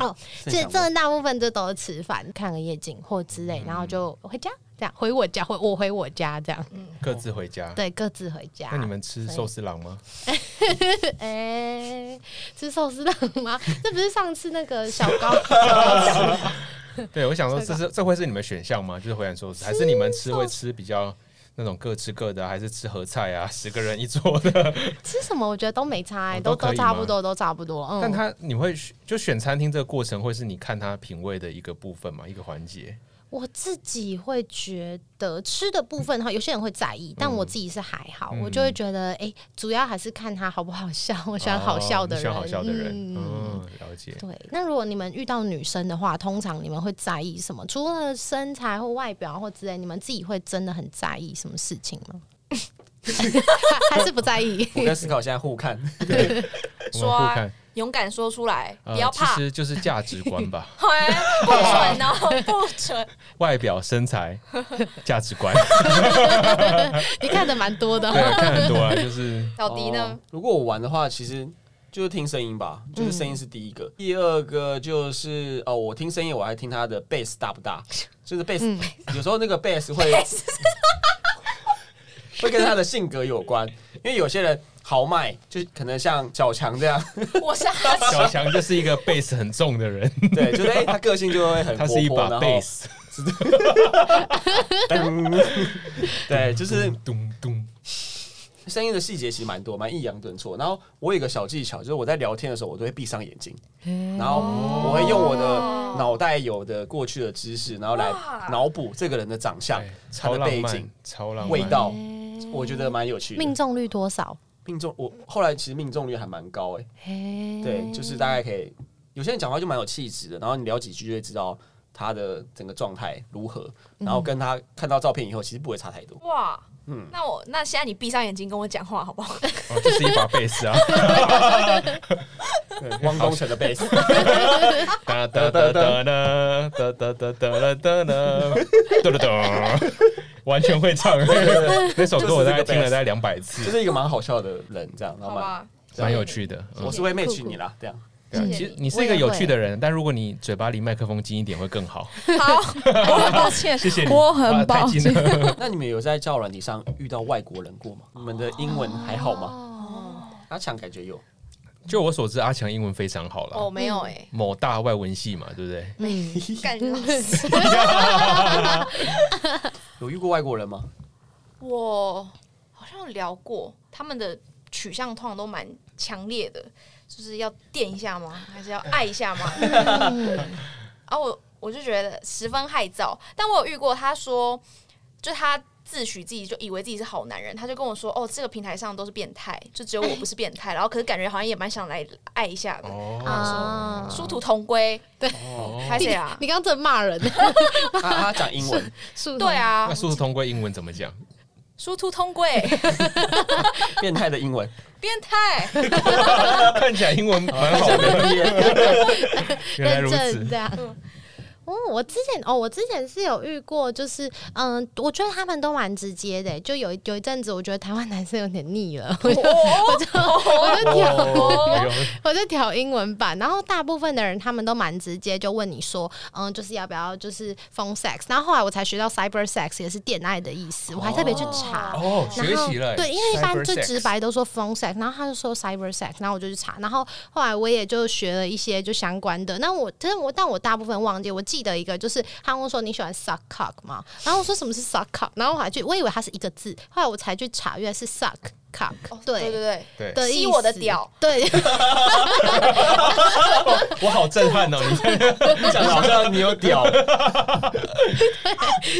[SPEAKER 3] 哦，这这大部分这都是吃饭、看个夜景或之类，然后就回家，这样回我家，回我回我家这样，
[SPEAKER 2] 哦
[SPEAKER 1] 各自回家。
[SPEAKER 3] 对，各自回家。
[SPEAKER 1] 那你们吃寿司郎吗？
[SPEAKER 3] 哎、吃寿司郎 吗？这不是上次那个小高
[SPEAKER 1] 对，我想说这是这会是你们选项吗？就是回转寿司，还是你们吃会吃比较那种各吃各的啊，还是吃合菜啊，十个人一桌的？
[SPEAKER 3] 吃什么？我觉得都没差、哎
[SPEAKER 1] 哦
[SPEAKER 3] 都
[SPEAKER 1] 都可以
[SPEAKER 3] 差
[SPEAKER 1] 吗
[SPEAKER 3] 不多，都差不多。嗯，
[SPEAKER 1] 但他你会选就选餐厅这个过程，会是你看他品味的一个部分嘛，一个环节。
[SPEAKER 3] 我自己会觉得吃的部分哈，有些人会在意，
[SPEAKER 1] 嗯
[SPEAKER 3] 但我自己是还好，我就会觉得，哎、主要还是看他好不好笑，我喜欢好笑的
[SPEAKER 1] 哦你喜
[SPEAKER 3] 人，
[SPEAKER 1] 欢好笑的人，
[SPEAKER 3] 嗯
[SPEAKER 1] 嗯，了解。
[SPEAKER 3] 对，那如果你们遇到女生的话，通常你们会在意什么？除了身材或外表或之类，你们自己会真的很在意什么事情 吗？还还是不在意？
[SPEAKER 4] 我跟思考现在互看，
[SPEAKER 1] 我
[SPEAKER 2] 说
[SPEAKER 1] 们互
[SPEAKER 2] 啊
[SPEAKER 1] 看，，
[SPEAKER 2] 勇敢说出来，
[SPEAKER 1] 呃
[SPEAKER 2] 不要
[SPEAKER 1] 其
[SPEAKER 2] 怕。
[SPEAKER 1] 实就是价值观吧。
[SPEAKER 2] 哎 不准哦，不准！
[SPEAKER 1] 外表、身材、 价值观，
[SPEAKER 3] 你看的蛮多的
[SPEAKER 1] 对，看很多啊，就是
[SPEAKER 2] 小迪呢嗯
[SPEAKER 4] 哦？如果我玩的话，其实就是听声音吧，就是声音是第一个。第二个就是哦，我听声音，我还听他的 bass 大 不大，就是
[SPEAKER 2] 嗯
[SPEAKER 4] bass，、有时候那个 bass 会 会跟他的性格有关，因为有些人豪迈，就是可能像小强 这样，
[SPEAKER 2] 我是哈欠
[SPEAKER 1] 小强就是一个贝斯很重的人，
[SPEAKER 4] 对，就是哎、他个性就会很
[SPEAKER 1] 他
[SPEAKER 4] 活
[SPEAKER 1] 是一
[SPEAKER 4] 泼，
[SPEAKER 1] 把
[SPEAKER 4] 然后
[SPEAKER 1] 贝斯，
[SPEAKER 4] 噔对，就是
[SPEAKER 1] 咚咚，
[SPEAKER 4] 声音的细节其实蛮多，蛮抑扬顿挫。然后我有一个小技巧，就是我在聊天的时候，我都会闭上眼睛，然后
[SPEAKER 2] 哦
[SPEAKER 4] 我会用我的脑袋有的过去的知识，然后来
[SPEAKER 2] 哇
[SPEAKER 4] 脑补这个人的长相
[SPEAKER 1] 哎、
[SPEAKER 4] 他
[SPEAKER 1] 超
[SPEAKER 4] 的
[SPEAKER 1] 浪
[SPEAKER 4] 背景
[SPEAKER 1] 漫、超浪漫，
[SPEAKER 2] 嗯
[SPEAKER 4] 味道，我觉得蛮有趣
[SPEAKER 3] 命
[SPEAKER 4] 的。
[SPEAKER 3] 中率多少？
[SPEAKER 4] 命中我后来其实命中率还蛮高哎、
[SPEAKER 2] 嗯
[SPEAKER 3] 嘿
[SPEAKER 4] 对，就是大概可以，有些人讲话就蛮有气质的，然后你聊几句就会知道他的整个状态如何，
[SPEAKER 2] 嗯
[SPEAKER 4] 然后跟他看到照片以后，其实不会差太多。
[SPEAKER 2] 哇，
[SPEAKER 4] 嗯
[SPEAKER 2] 那我那现在你闭上眼睛跟我讲话好不好？
[SPEAKER 1] 哦，这是一把贝斯 啊，
[SPEAKER 4] 汪东城的 贝斯，
[SPEAKER 1] 哒哒哒哒哒哒哒哒哒哒哒，哒哒 哒，完全会唱。那首歌我大概听了大概两百
[SPEAKER 4] 就
[SPEAKER 1] 次，
[SPEAKER 4] 是一个蛮好笑的人，这样，然
[SPEAKER 2] 好
[SPEAKER 4] 后蛮，
[SPEAKER 2] 吧，
[SPEAKER 1] 蛮有趣的。嗯
[SPEAKER 4] 我是会 match 你啦，这样。
[SPEAKER 1] 对啊
[SPEAKER 3] 嗯
[SPEAKER 1] 其实你是一个有趣的人，但如果你嘴巴离麦克风近一点会更好。
[SPEAKER 2] 好，我
[SPEAKER 3] 哦
[SPEAKER 2] 很抱歉，
[SPEAKER 1] 谢谢你，
[SPEAKER 2] 我
[SPEAKER 1] 哇
[SPEAKER 2] 很
[SPEAKER 1] 太
[SPEAKER 2] 抱
[SPEAKER 1] 近
[SPEAKER 2] 歉。
[SPEAKER 1] 了
[SPEAKER 4] 那你们有在交友软体上遇到外国人过吗？你们的英文还好吗？
[SPEAKER 3] 哦，
[SPEAKER 4] 阿强感觉有，
[SPEAKER 1] 就我所知，阿强英文非常好
[SPEAKER 2] 哦，
[SPEAKER 1] 了，
[SPEAKER 2] 没有哎，
[SPEAKER 1] 某大外文系嘛，对不对？
[SPEAKER 3] 嗯，
[SPEAKER 2] 感觉老师
[SPEAKER 4] 有遇过外国人 吗？
[SPEAKER 2] 我好像有聊过，他们的取向通常都蛮强烈的，就是要电一下吗？还是要爱一下吗？啊，我我就觉得十分害臊。但我有遇过，他说，就他自诩自己就以为自己是好男人，他就跟我说，哦，这个平台上都是变态，就只有我不是变态。然后可是感觉好像也蛮想来爱一下的，
[SPEAKER 4] 哦
[SPEAKER 3] 啊
[SPEAKER 2] 殊途同归。
[SPEAKER 1] 哦，
[SPEAKER 2] 还谁 啊？
[SPEAKER 3] 你刚刚在骂人，
[SPEAKER 4] 他他讲英文，
[SPEAKER 3] 是
[SPEAKER 2] 对，啊
[SPEAKER 1] 那，殊途同归英文怎么讲？
[SPEAKER 2] 殊途同归，
[SPEAKER 4] 变态的英文，
[SPEAKER 2] 变态。
[SPEAKER 1] 看起来英文蛮好的，原来
[SPEAKER 3] 认
[SPEAKER 1] 如
[SPEAKER 3] 证
[SPEAKER 1] 此
[SPEAKER 3] 这。样。哦，我之前哦，我之前是有遇过，就是嗯，我觉得他们都蛮直接的。就有一有一阵子，我觉得台湾男生有点腻了，
[SPEAKER 1] 哦
[SPEAKER 3] 我就
[SPEAKER 2] 我就
[SPEAKER 3] 我就
[SPEAKER 4] 哦
[SPEAKER 3] 挑、哦
[SPEAKER 2] 哦
[SPEAKER 1] 哎呦
[SPEAKER 3] 我就挑英文版。然后大部分的人他们都蛮直接，就问你说，嗯，就是要不要就是 phone sex。然后后来我才学到 cyber sex 也是恋爱的意思，我还特别去查。
[SPEAKER 1] 哦，学
[SPEAKER 3] 然后
[SPEAKER 1] 习了欸。
[SPEAKER 3] 对，因为一般就
[SPEAKER 1] Cyber sex
[SPEAKER 3] 直白都说 phone sex，然后他就说 cyber sex，然后我就去查，然后后来我也就学了一些就相关的。那我但我但我大部分忘记，我记得一个就是他问我说你喜欢 suck cock 吗？然后我说什么是 suck cock，然后我还去我以为它是一个字，后来我才去查，原来是 suck cock，、
[SPEAKER 2] 哦对对对，
[SPEAKER 1] 对，
[SPEAKER 3] 的
[SPEAKER 2] 吸
[SPEAKER 3] 意
[SPEAKER 2] 我的
[SPEAKER 3] 思
[SPEAKER 2] 屌，
[SPEAKER 3] 对，
[SPEAKER 1] 我好震 撼哦！你
[SPEAKER 4] 你讲的好像你有屌，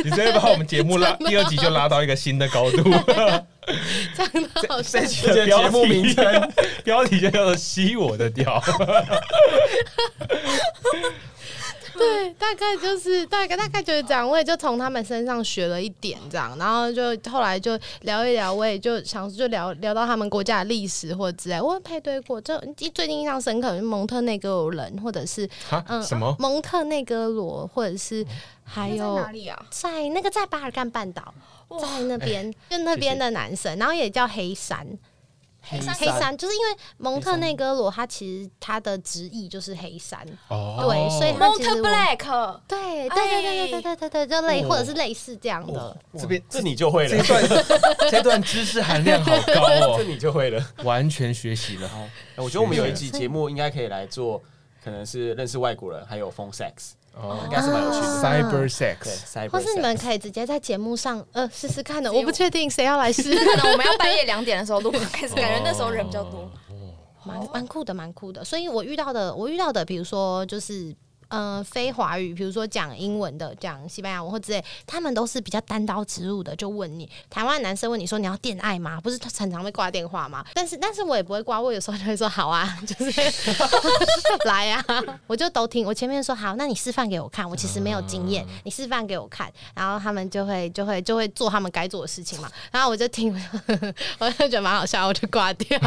[SPEAKER 1] 你直接把我们节目拉第二集就拉到一个新的 高度。
[SPEAKER 3] 讲的好像
[SPEAKER 1] 这期
[SPEAKER 4] 这
[SPEAKER 1] 的
[SPEAKER 4] 节
[SPEAKER 1] 标
[SPEAKER 4] 目
[SPEAKER 1] 题
[SPEAKER 4] 名称
[SPEAKER 1] 标题就叫做“吸我的屌
[SPEAKER 3] 对，大概就是大概大概就是这样，我也就从他们身上学了一点这样，然后就后来就聊一聊，我也就想就聊聊到他们国家的历史或者之类。我有配对过，就嗯最近印象深刻就是蒙特内哥罗人，或者是”
[SPEAKER 1] 啊？
[SPEAKER 3] 嗯
[SPEAKER 1] 什么？
[SPEAKER 3] 蒙特内哥罗，或者是还
[SPEAKER 2] 那在
[SPEAKER 3] 有
[SPEAKER 2] 哪。里啊？
[SPEAKER 3] 在那个在巴尔干半岛，
[SPEAKER 2] 哇
[SPEAKER 3] 在那边、就那边的男生，然后也叫黑山，
[SPEAKER 4] 黑
[SPEAKER 3] 黑山就是因为蒙特内哥罗，他其实他的直译就是黑山，
[SPEAKER 1] 哦
[SPEAKER 3] 对所以他
[SPEAKER 2] Mount
[SPEAKER 3] 其实我
[SPEAKER 4] 哦
[SPEAKER 2] Black，
[SPEAKER 3] 对对对对对对对对，就类或者是类似这样的。
[SPEAKER 1] 这边
[SPEAKER 4] 这你就会
[SPEAKER 1] 这
[SPEAKER 4] 了
[SPEAKER 1] 一，段这段知识含量好高
[SPEAKER 4] 这
[SPEAKER 1] 哦，
[SPEAKER 4] 你就会了。
[SPEAKER 1] 完全学习了。
[SPEAKER 4] 好，我觉得我们有一集节目应该可以来做，可能是认识外国人，还有 phone sex，
[SPEAKER 1] 哦
[SPEAKER 4] 应该是蛮有趣的。
[SPEAKER 1] ，cyber
[SPEAKER 4] 对
[SPEAKER 1] sex，
[SPEAKER 4] ，cyber，
[SPEAKER 3] 或是你们
[SPEAKER 4] sex
[SPEAKER 3] 可以直接在节目上呃试试看的，
[SPEAKER 2] 直接
[SPEAKER 3] 我不确定谁要来试，
[SPEAKER 2] 可能我们要半夜两点的时候录，开始感觉那时候人比较
[SPEAKER 4] 哦
[SPEAKER 2] 多。
[SPEAKER 3] 蛮蛮酷的，蛮酷的。所以我遇到的，我遇到的，比如说就是。呃，非华语，比如说讲英文的、讲西班牙文或之类，他们都是比较单刀直入的，就问你。台湾男生问你说你要恋爱吗？不是常常会挂电话吗？但是，但是我也不会挂，我有时候就会说好啊， 就是来啊， 我就都听。我前面说好，那你示范给我看，我其实没有经验，你示范给我看，然后他们就会就会就会做他们该做的事情嘛。然后我就听， 我就觉得蛮好笑，我就挂掉。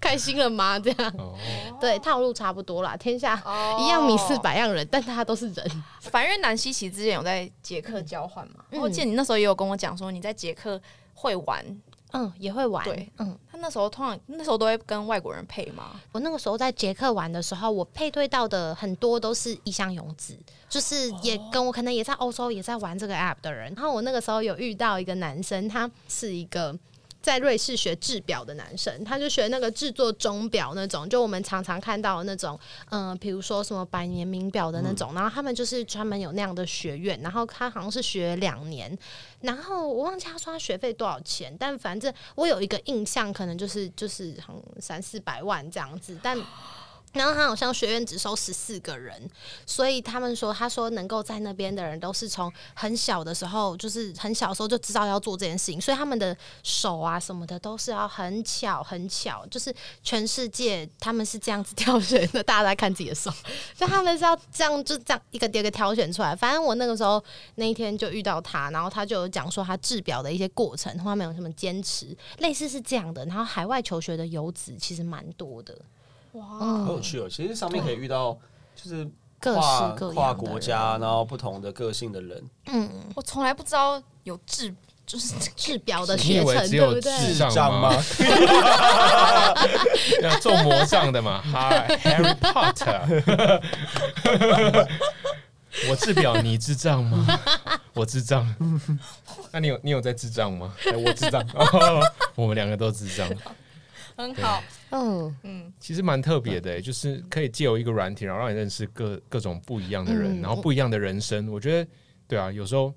[SPEAKER 3] 开心了吗？这样，
[SPEAKER 1] 哦，
[SPEAKER 3] 对，套路差不多啦。天下
[SPEAKER 2] 哦
[SPEAKER 3] 一样米四百样人，但大家都是人。
[SPEAKER 2] 反正南希奇之前有在捷克交换嘛，
[SPEAKER 3] 嗯
[SPEAKER 2] 我记得你那时候也有跟我讲说你在捷克会玩，
[SPEAKER 3] 嗯，也会玩。
[SPEAKER 2] 对
[SPEAKER 3] 嗯，
[SPEAKER 2] 他那时候通常那时候都会跟外国人配嘛。
[SPEAKER 3] 我那个时候在捷克玩的时候，我配对到的很多都是异乡游子，就是也跟我可能也在欧洲也在玩这个 app 的人。然后我那个时候有遇到一个男生，他是一个。在瑞士学制表的男生，他就学那个制作钟表那种，就我们常常看到的那种，嗯、比如说什么百年名表的那种，然后他们就是专门有那样的学院，然后他好像是学两年，然后我忘记他说他学费多少钱，但反正我有一个印象，可能就是就是好像三四百万这样子，但然后他好像学院只收十四个人，所以他们说，他说能够在那边的人都是从很小的时候，就是很小的时候就知道要做这件事情，所以他们的手啊什么的都是要很巧很巧，就是全世界他们是这样子挑选的，大家都在看自己的手，就他们是要这样就这样一个第二个挑选出来。反正我那个时候那一天就遇到他，然后他就有讲说他制表的一些过程，他们有什么坚持，类似是这样的。然后海外求学的游子其实蛮多的，
[SPEAKER 2] 哇，
[SPEAKER 4] 好有趣哦。其实上面可以遇到就是
[SPEAKER 3] 各
[SPEAKER 4] 跨
[SPEAKER 3] 式各样的
[SPEAKER 4] 跨
[SPEAKER 3] 人
[SPEAKER 4] 国家，然后不同的个性的人，
[SPEAKER 2] 我从来不知道有制，就是
[SPEAKER 3] 制表的
[SPEAKER 1] 你以
[SPEAKER 3] 学
[SPEAKER 1] 为
[SPEAKER 3] 程，
[SPEAKER 1] 只
[SPEAKER 3] 对
[SPEAKER 1] 有
[SPEAKER 3] 不对？
[SPEAKER 1] 智
[SPEAKER 4] 智障
[SPEAKER 1] 障吗
[SPEAKER 4] 吗？
[SPEAKER 1] 要做魔杖 的嘛哈，Harry Potter。我智表，你智障 吗？我智障。那你有你有在智 障吗？
[SPEAKER 4] 哎我智障。
[SPEAKER 1] 哦我们两个都智障，
[SPEAKER 2] 很好，
[SPEAKER 3] 嗯，
[SPEAKER 2] 嗯，
[SPEAKER 1] 其实蛮特别的、欸就是可以借由一个软体，然后让你认识各各种不一样的人，
[SPEAKER 3] 嗯
[SPEAKER 1] 然后不一样的人生。我觉得，对啊，有时候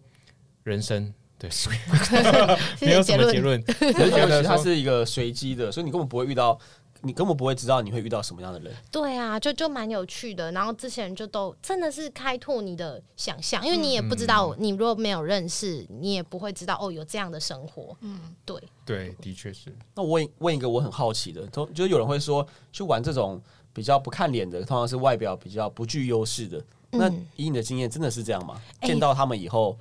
[SPEAKER 1] 人生对
[SPEAKER 3] 谢
[SPEAKER 1] 没有什
[SPEAKER 3] 谢结
[SPEAKER 1] 么
[SPEAKER 3] 论
[SPEAKER 1] 结。论，只
[SPEAKER 4] 我
[SPEAKER 1] 是觉
[SPEAKER 4] 觉得
[SPEAKER 1] 得
[SPEAKER 4] 它
[SPEAKER 1] 说
[SPEAKER 4] 是一个随机的，所以你根本不会遇到，你根本不会知道你会遇到什么样的人。
[SPEAKER 3] 对啊，就就蛮有趣的。然后这些人就都真的是开拓你的想象，因为你也不知道，你如果没有认识，你也不会知道哦，有这样的生活。嗯，对，
[SPEAKER 1] 对，的确是。
[SPEAKER 4] 那我问问一个我很好奇的，都就是有人会说，去玩这种比较不看脸的，通常是外表比较不具优势的。那以你的经验，真的是这样吗？
[SPEAKER 3] 哎
[SPEAKER 4] 见到他们以后，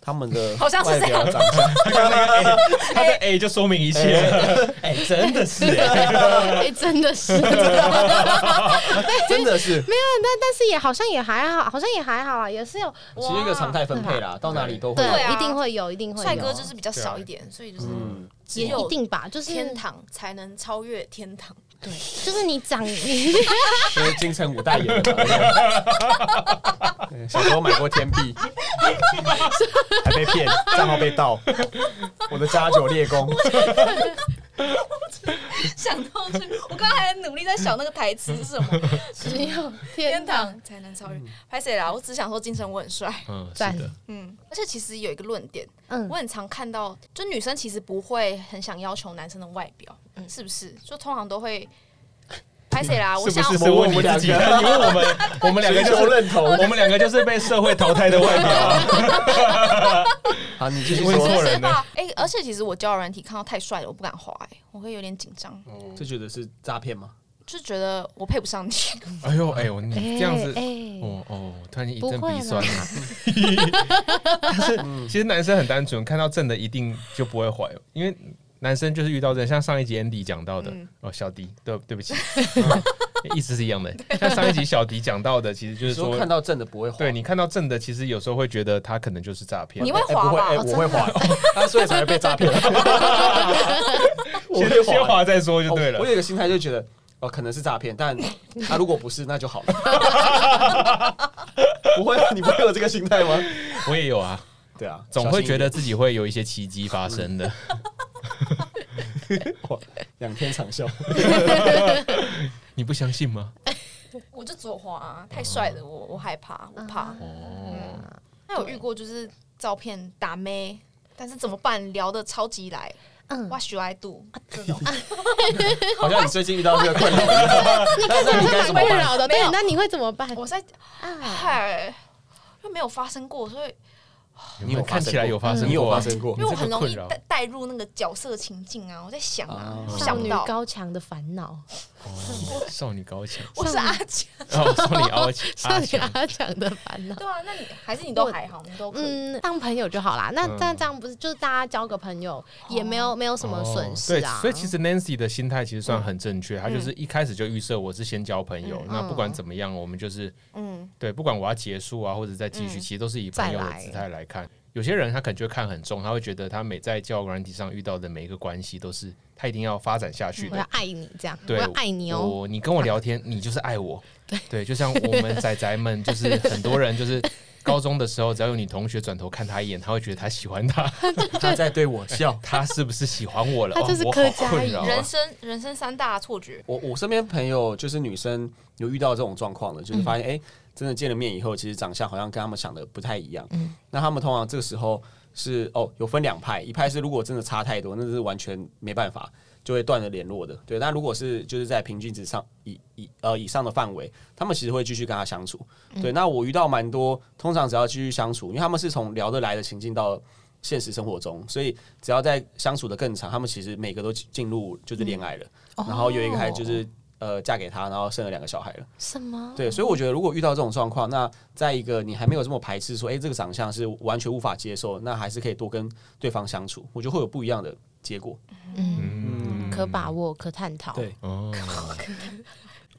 [SPEAKER 4] 他们的
[SPEAKER 2] 好像是
[SPEAKER 4] 外
[SPEAKER 2] 这样
[SPEAKER 4] 表长相，
[SPEAKER 1] 他刚刚那个 A，他的 A 就说明一切了，哎，真的 是哎。
[SPEAKER 3] 哎、真的是， 没有，
[SPEAKER 4] 真的是，
[SPEAKER 3] 但但是也好像也还好，好像也还好啊，也是有，
[SPEAKER 4] 其实一个
[SPEAKER 2] 哇
[SPEAKER 4] 常态分配啦，到哪里都会
[SPEAKER 3] 对，
[SPEAKER 4] 有。
[SPEAKER 2] 对啊
[SPEAKER 3] 一定会有，一定会有，
[SPEAKER 2] 帅哥就是比较少一点，所以就是
[SPEAKER 4] 嗯，
[SPEAKER 2] 只
[SPEAKER 3] 一
[SPEAKER 2] 有
[SPEAKER 3] 定吧，就是
[SPEAKER 2] 天堂才能超越天堂。
[SPEAKER 3] 对，就是你长你。
[SPEAKER 4] 所以金城武代言的嘛。对对 小时候买过天币，还被骗，账号被盗，我的家酒猎功。
[SPEAKER 2] 想到这，我刚才还努力在想那个台词是什么，
[SPEAKER 3] 只有
[SPEAKER 2] 天
[SPEAKER 3] 天堂，
[SPEAKER 2] 堂才能超越。拍谁啦？我只想说金城武很帅，
[SPEAKER 1] 嗯，是
[SPEAKER 3] 赞
[SPEAKER 1] 的，
[SPEAKER 2] 嗯，而且其实有一个论点，
[SPEAKER 3] 嗯
[SPEAKER 2] 我，很常看到，就女生其实不会很想要求男生的外表，
[SPEAKER 3] 嗯
[SPEAKER 2] 是不是？就通常都会拍谁啊啦？我
[SPEAKER 1] 是
[SPEAKER 2] 想
[SPEAKER 1] 不是？
[SPEAKER 4] 我
[SPEAKER 1] 是问你自己，你
[SPEAKER 4] 我们两
[SPEAKER 1] 问我们，我们两个就
[SPEAKER 4] 寻求
[SPEAKER 1] 是
[SPEAKER 4] 认同
[SPEAKER 1] 我们两个就是被社会淘汰的外表啊。
[SPEAKER 4] 好，你继续
[SPEAKER 1] 问错
[SPEAKER 4] 说。
[SPEAKER 2] 不
[SPEAKER 1] 人
[SPEAKER 2] 是
[SPEAKER 1] 了
[SPEAKER 2] 吧？哎、而且其实我交友软体看到太帅了，我不敢滑、哎，我会有点紧张，
[SPEAKER 3] 嗯
[SPEAKER 4] 这觉得是诈骗吗？
[SPEAKER 2] 就觉得我配不上你。
[SPEAKER 1] 哎呦，哎呦，你这样子
[SPEAKER 3] 哎、，
[SPEAKER 1] 哦哦，突然间一
[SPEAKER 3] 不
[SPEAKER 1] 阵
[SPEAKER 3] 会
[SPEAKER 1] 鼻酸
[SPEAKER 3] 啦。
[SPEAKER 1] 其实男生很单纯，看到正的一定就不会怀，因为男生就是遇到正，像上一集 Andy 讲到的，
[SPEAKER 2] 嗯
[SPEAKER 1] 哦，小迪，对，对不起， 嗯意思是一样的。像上一集小迪讲到的，其实就是
[SPEAKER 4] 说看
[SPEAKER 1] 说。
[SPEAKER 4] 到正的不会滑，
[SPEAKER 1] 对你看到正的，其实有时候会觉得他可能就是诈骗。
[SPEAKER 2] 你会
[SPEAKER 4] 哎
[SPEAKER 2] 滑
[SPEAKER 4] 不会，
[SPEAKER 2] 吧
[SPEAKER 4] 哎
[SPEAKER 2] 哦
[SPEAKER 4] 我会滑， 啊所以才会被诈骗。 我
[SPEAKER 1] 先
[SPEAKER 4] 会
[SPEAKER 1] 先
[SPEAKER 4] 滑
[SPEAKER 1] 滑再说就对了
[SPEAKER 4] 啊哦我。有一个心态就觉得。哦，可能是诈骗， 但啊，如果不是，那就好了。 不会，啊你不会有这个心态吗？
[SPEAKER 1] 我也有啊，
[SPEAKER 4] 对啊，
[SPEAKER 1] 总会觉
[SPEAKER 4] 小
[SPEAKER 1] 得自己会有一些奇迹发生的。
[SPEAKER 4] 心一点仰天长啸。
[SPEAKER 1] 你不相信吗？
[SPEAKER 2] 我就左滑、啊，太帅了，我我害怕，我
[SPEAKER 3] 嗯
[SPEAKER 2] 怕。
[SPEAKER 1] 哦，
[SPEAKER 2] 那、有遇过就是照片打妹，但是怎么办？聊的超级来
[SPEAKER 3] 嗯，
[SPEAKER 2] ，What should I do？这
[SPEAKER 1] 哎
[SPEAKER 2] 种
[SPEAKER 4] 好像你最近遇到这个困扰，那那你该怎么
[SPEAKER 3] 困
[SPEAKER 4] 办？
[SPEAKER 3] 扰的，
[SPEAKER 2] 没
[SPEAKER 3] 对
[SPEAKER 2] 有，
[SPEAKER 3] 那你会怎么办？
[SPEAKER 2] 我在
[SPEAKER 1] 嗯
[SPEAKER 3] 啊，
[SPEAKER 2] 嗨，又没有发生过，所以
[SPEAKER 1] 你有看起来有发生过啊，
[SPEAKER 4] 你有发生过
[SPEAKER 2] 因为我很容
[SPEAKER 1] 你
[SPEAKER 2] 易
[SPEAKER 1] 这个困扰
[SPEAKER 2] 带带入那个角色情境啊，我在想啊
[SPEAKER 4] 啊，
[SPEAKER 2] 我
[SPEAKER 3] 少
[SPEAKER 2] 想
[SPEAKER 3] 女
[SPEAKER 2] 到
[SPEAKER 3] 高强的烦恼，
[SPEAKER 1] 哦少女高强，
[SPEAKER 2] 我是阿强，
[SPEAKER 1] 哦， 少女傲气，
[SPEAKER 3] 少女
[SPEAKER 1] 阿强
[SPEAKER 3] 阿强的烦 恼。
[SPEAKER 2] 对啊，那你还是你都还好，你都可以。
[SPEAKER 3] 嗯，当朋友就好啦。那
[SPEAKER 1] 嗯
[SPEAKER 3] 但这样不是就是大家交个朋友也没有没有什么损失啊
[SPEAKER 1] 哦对，？所以其实 Nancy 的心态其实算很正确，她就是一开始就预设我是先交朋友
[SPEAKER 3] 嗯，
[SPEAKER 1] 那不管怎么样，我们就是
[SPEAKER 2] 嗯，
[SPEAKER 1] 对，不管我要结束啊，或者再继续，
[SPEAKER 2] 嗯
[SPEAKER 1] 其实都是以朋友
[SPEAKER 3] 再
[SPEAKER 1] 的
[SPEAKER 3] 来
[SPEAKER 1] 姿态来看。有些人他可能就会看很重，他会觉得他每在交友软体上遇到的每一个关系都是他一定要发展下去
[SPEAKER 3] 我
[SPEAKER 1] 的
[SPEAKER 3] 要。爱你这样，我
[SPEAKER 1] 对
[SPEAKER 3] 要爱你哦。
[SPEAKER 1] 我你跟我聊天，你就是爱 我。对就像我们仔仔们，就是很多人就是 高中的时候，只要有女同学转头看他一眼，他会觉得他喜欢他，
[SPEAKER 4] 他在对我笑。
[SPEAKER 1] 他是不是喜欢我了？
[SPEAKER 3] 他就是
[SPEAKER 1] 哦我
[SPEAKER 3] 柯
[SPEAKER 1] 好
[SPEAKER 3] 佳
[SPEAKER 1] 困
[SPEAKER 3] 怡
[SPEAKER 1] 扰啊
[SPEAKER 2] 人生人生三大错觉，
[SPEAKER 4] 我我身边朋友就是女生有遇到这种状况的，就是发现哎、诶真的见了面以后，其实长相好像跟他们想的不太一样。那他们通常这个时候是哦，有分两派，一派是如果真的差太多，那是完全没办法，就会断了联络的。对，那如果是就是在平均值上以以呃以上的范围，他们其实会继续跟他相处。对，那我遇到蛮多，通常只要继续相处，因为他们是从聊得来的情境到现实生活中，所以只要在相处的更长，他们其实每个都进进入就是恋爱了，然后有一个还就是。呃，嫁给他，然后生了两个小孩了。
[SPEAKER 3] 什么？
[SPEAKER 4] 对，所以我觉得如果遇到这种状况，那在一个你还没有这么排斥说，哎、这个长相是完全无法接受，那还是可以多跟对方相处，我觉得会有不一样的结果。
[SPEAKER 1] 嗯，
[SPEAKER 3] 可把握，可探讨。
[SPEAKER 4] 对
[SPEAKER 1] 哦，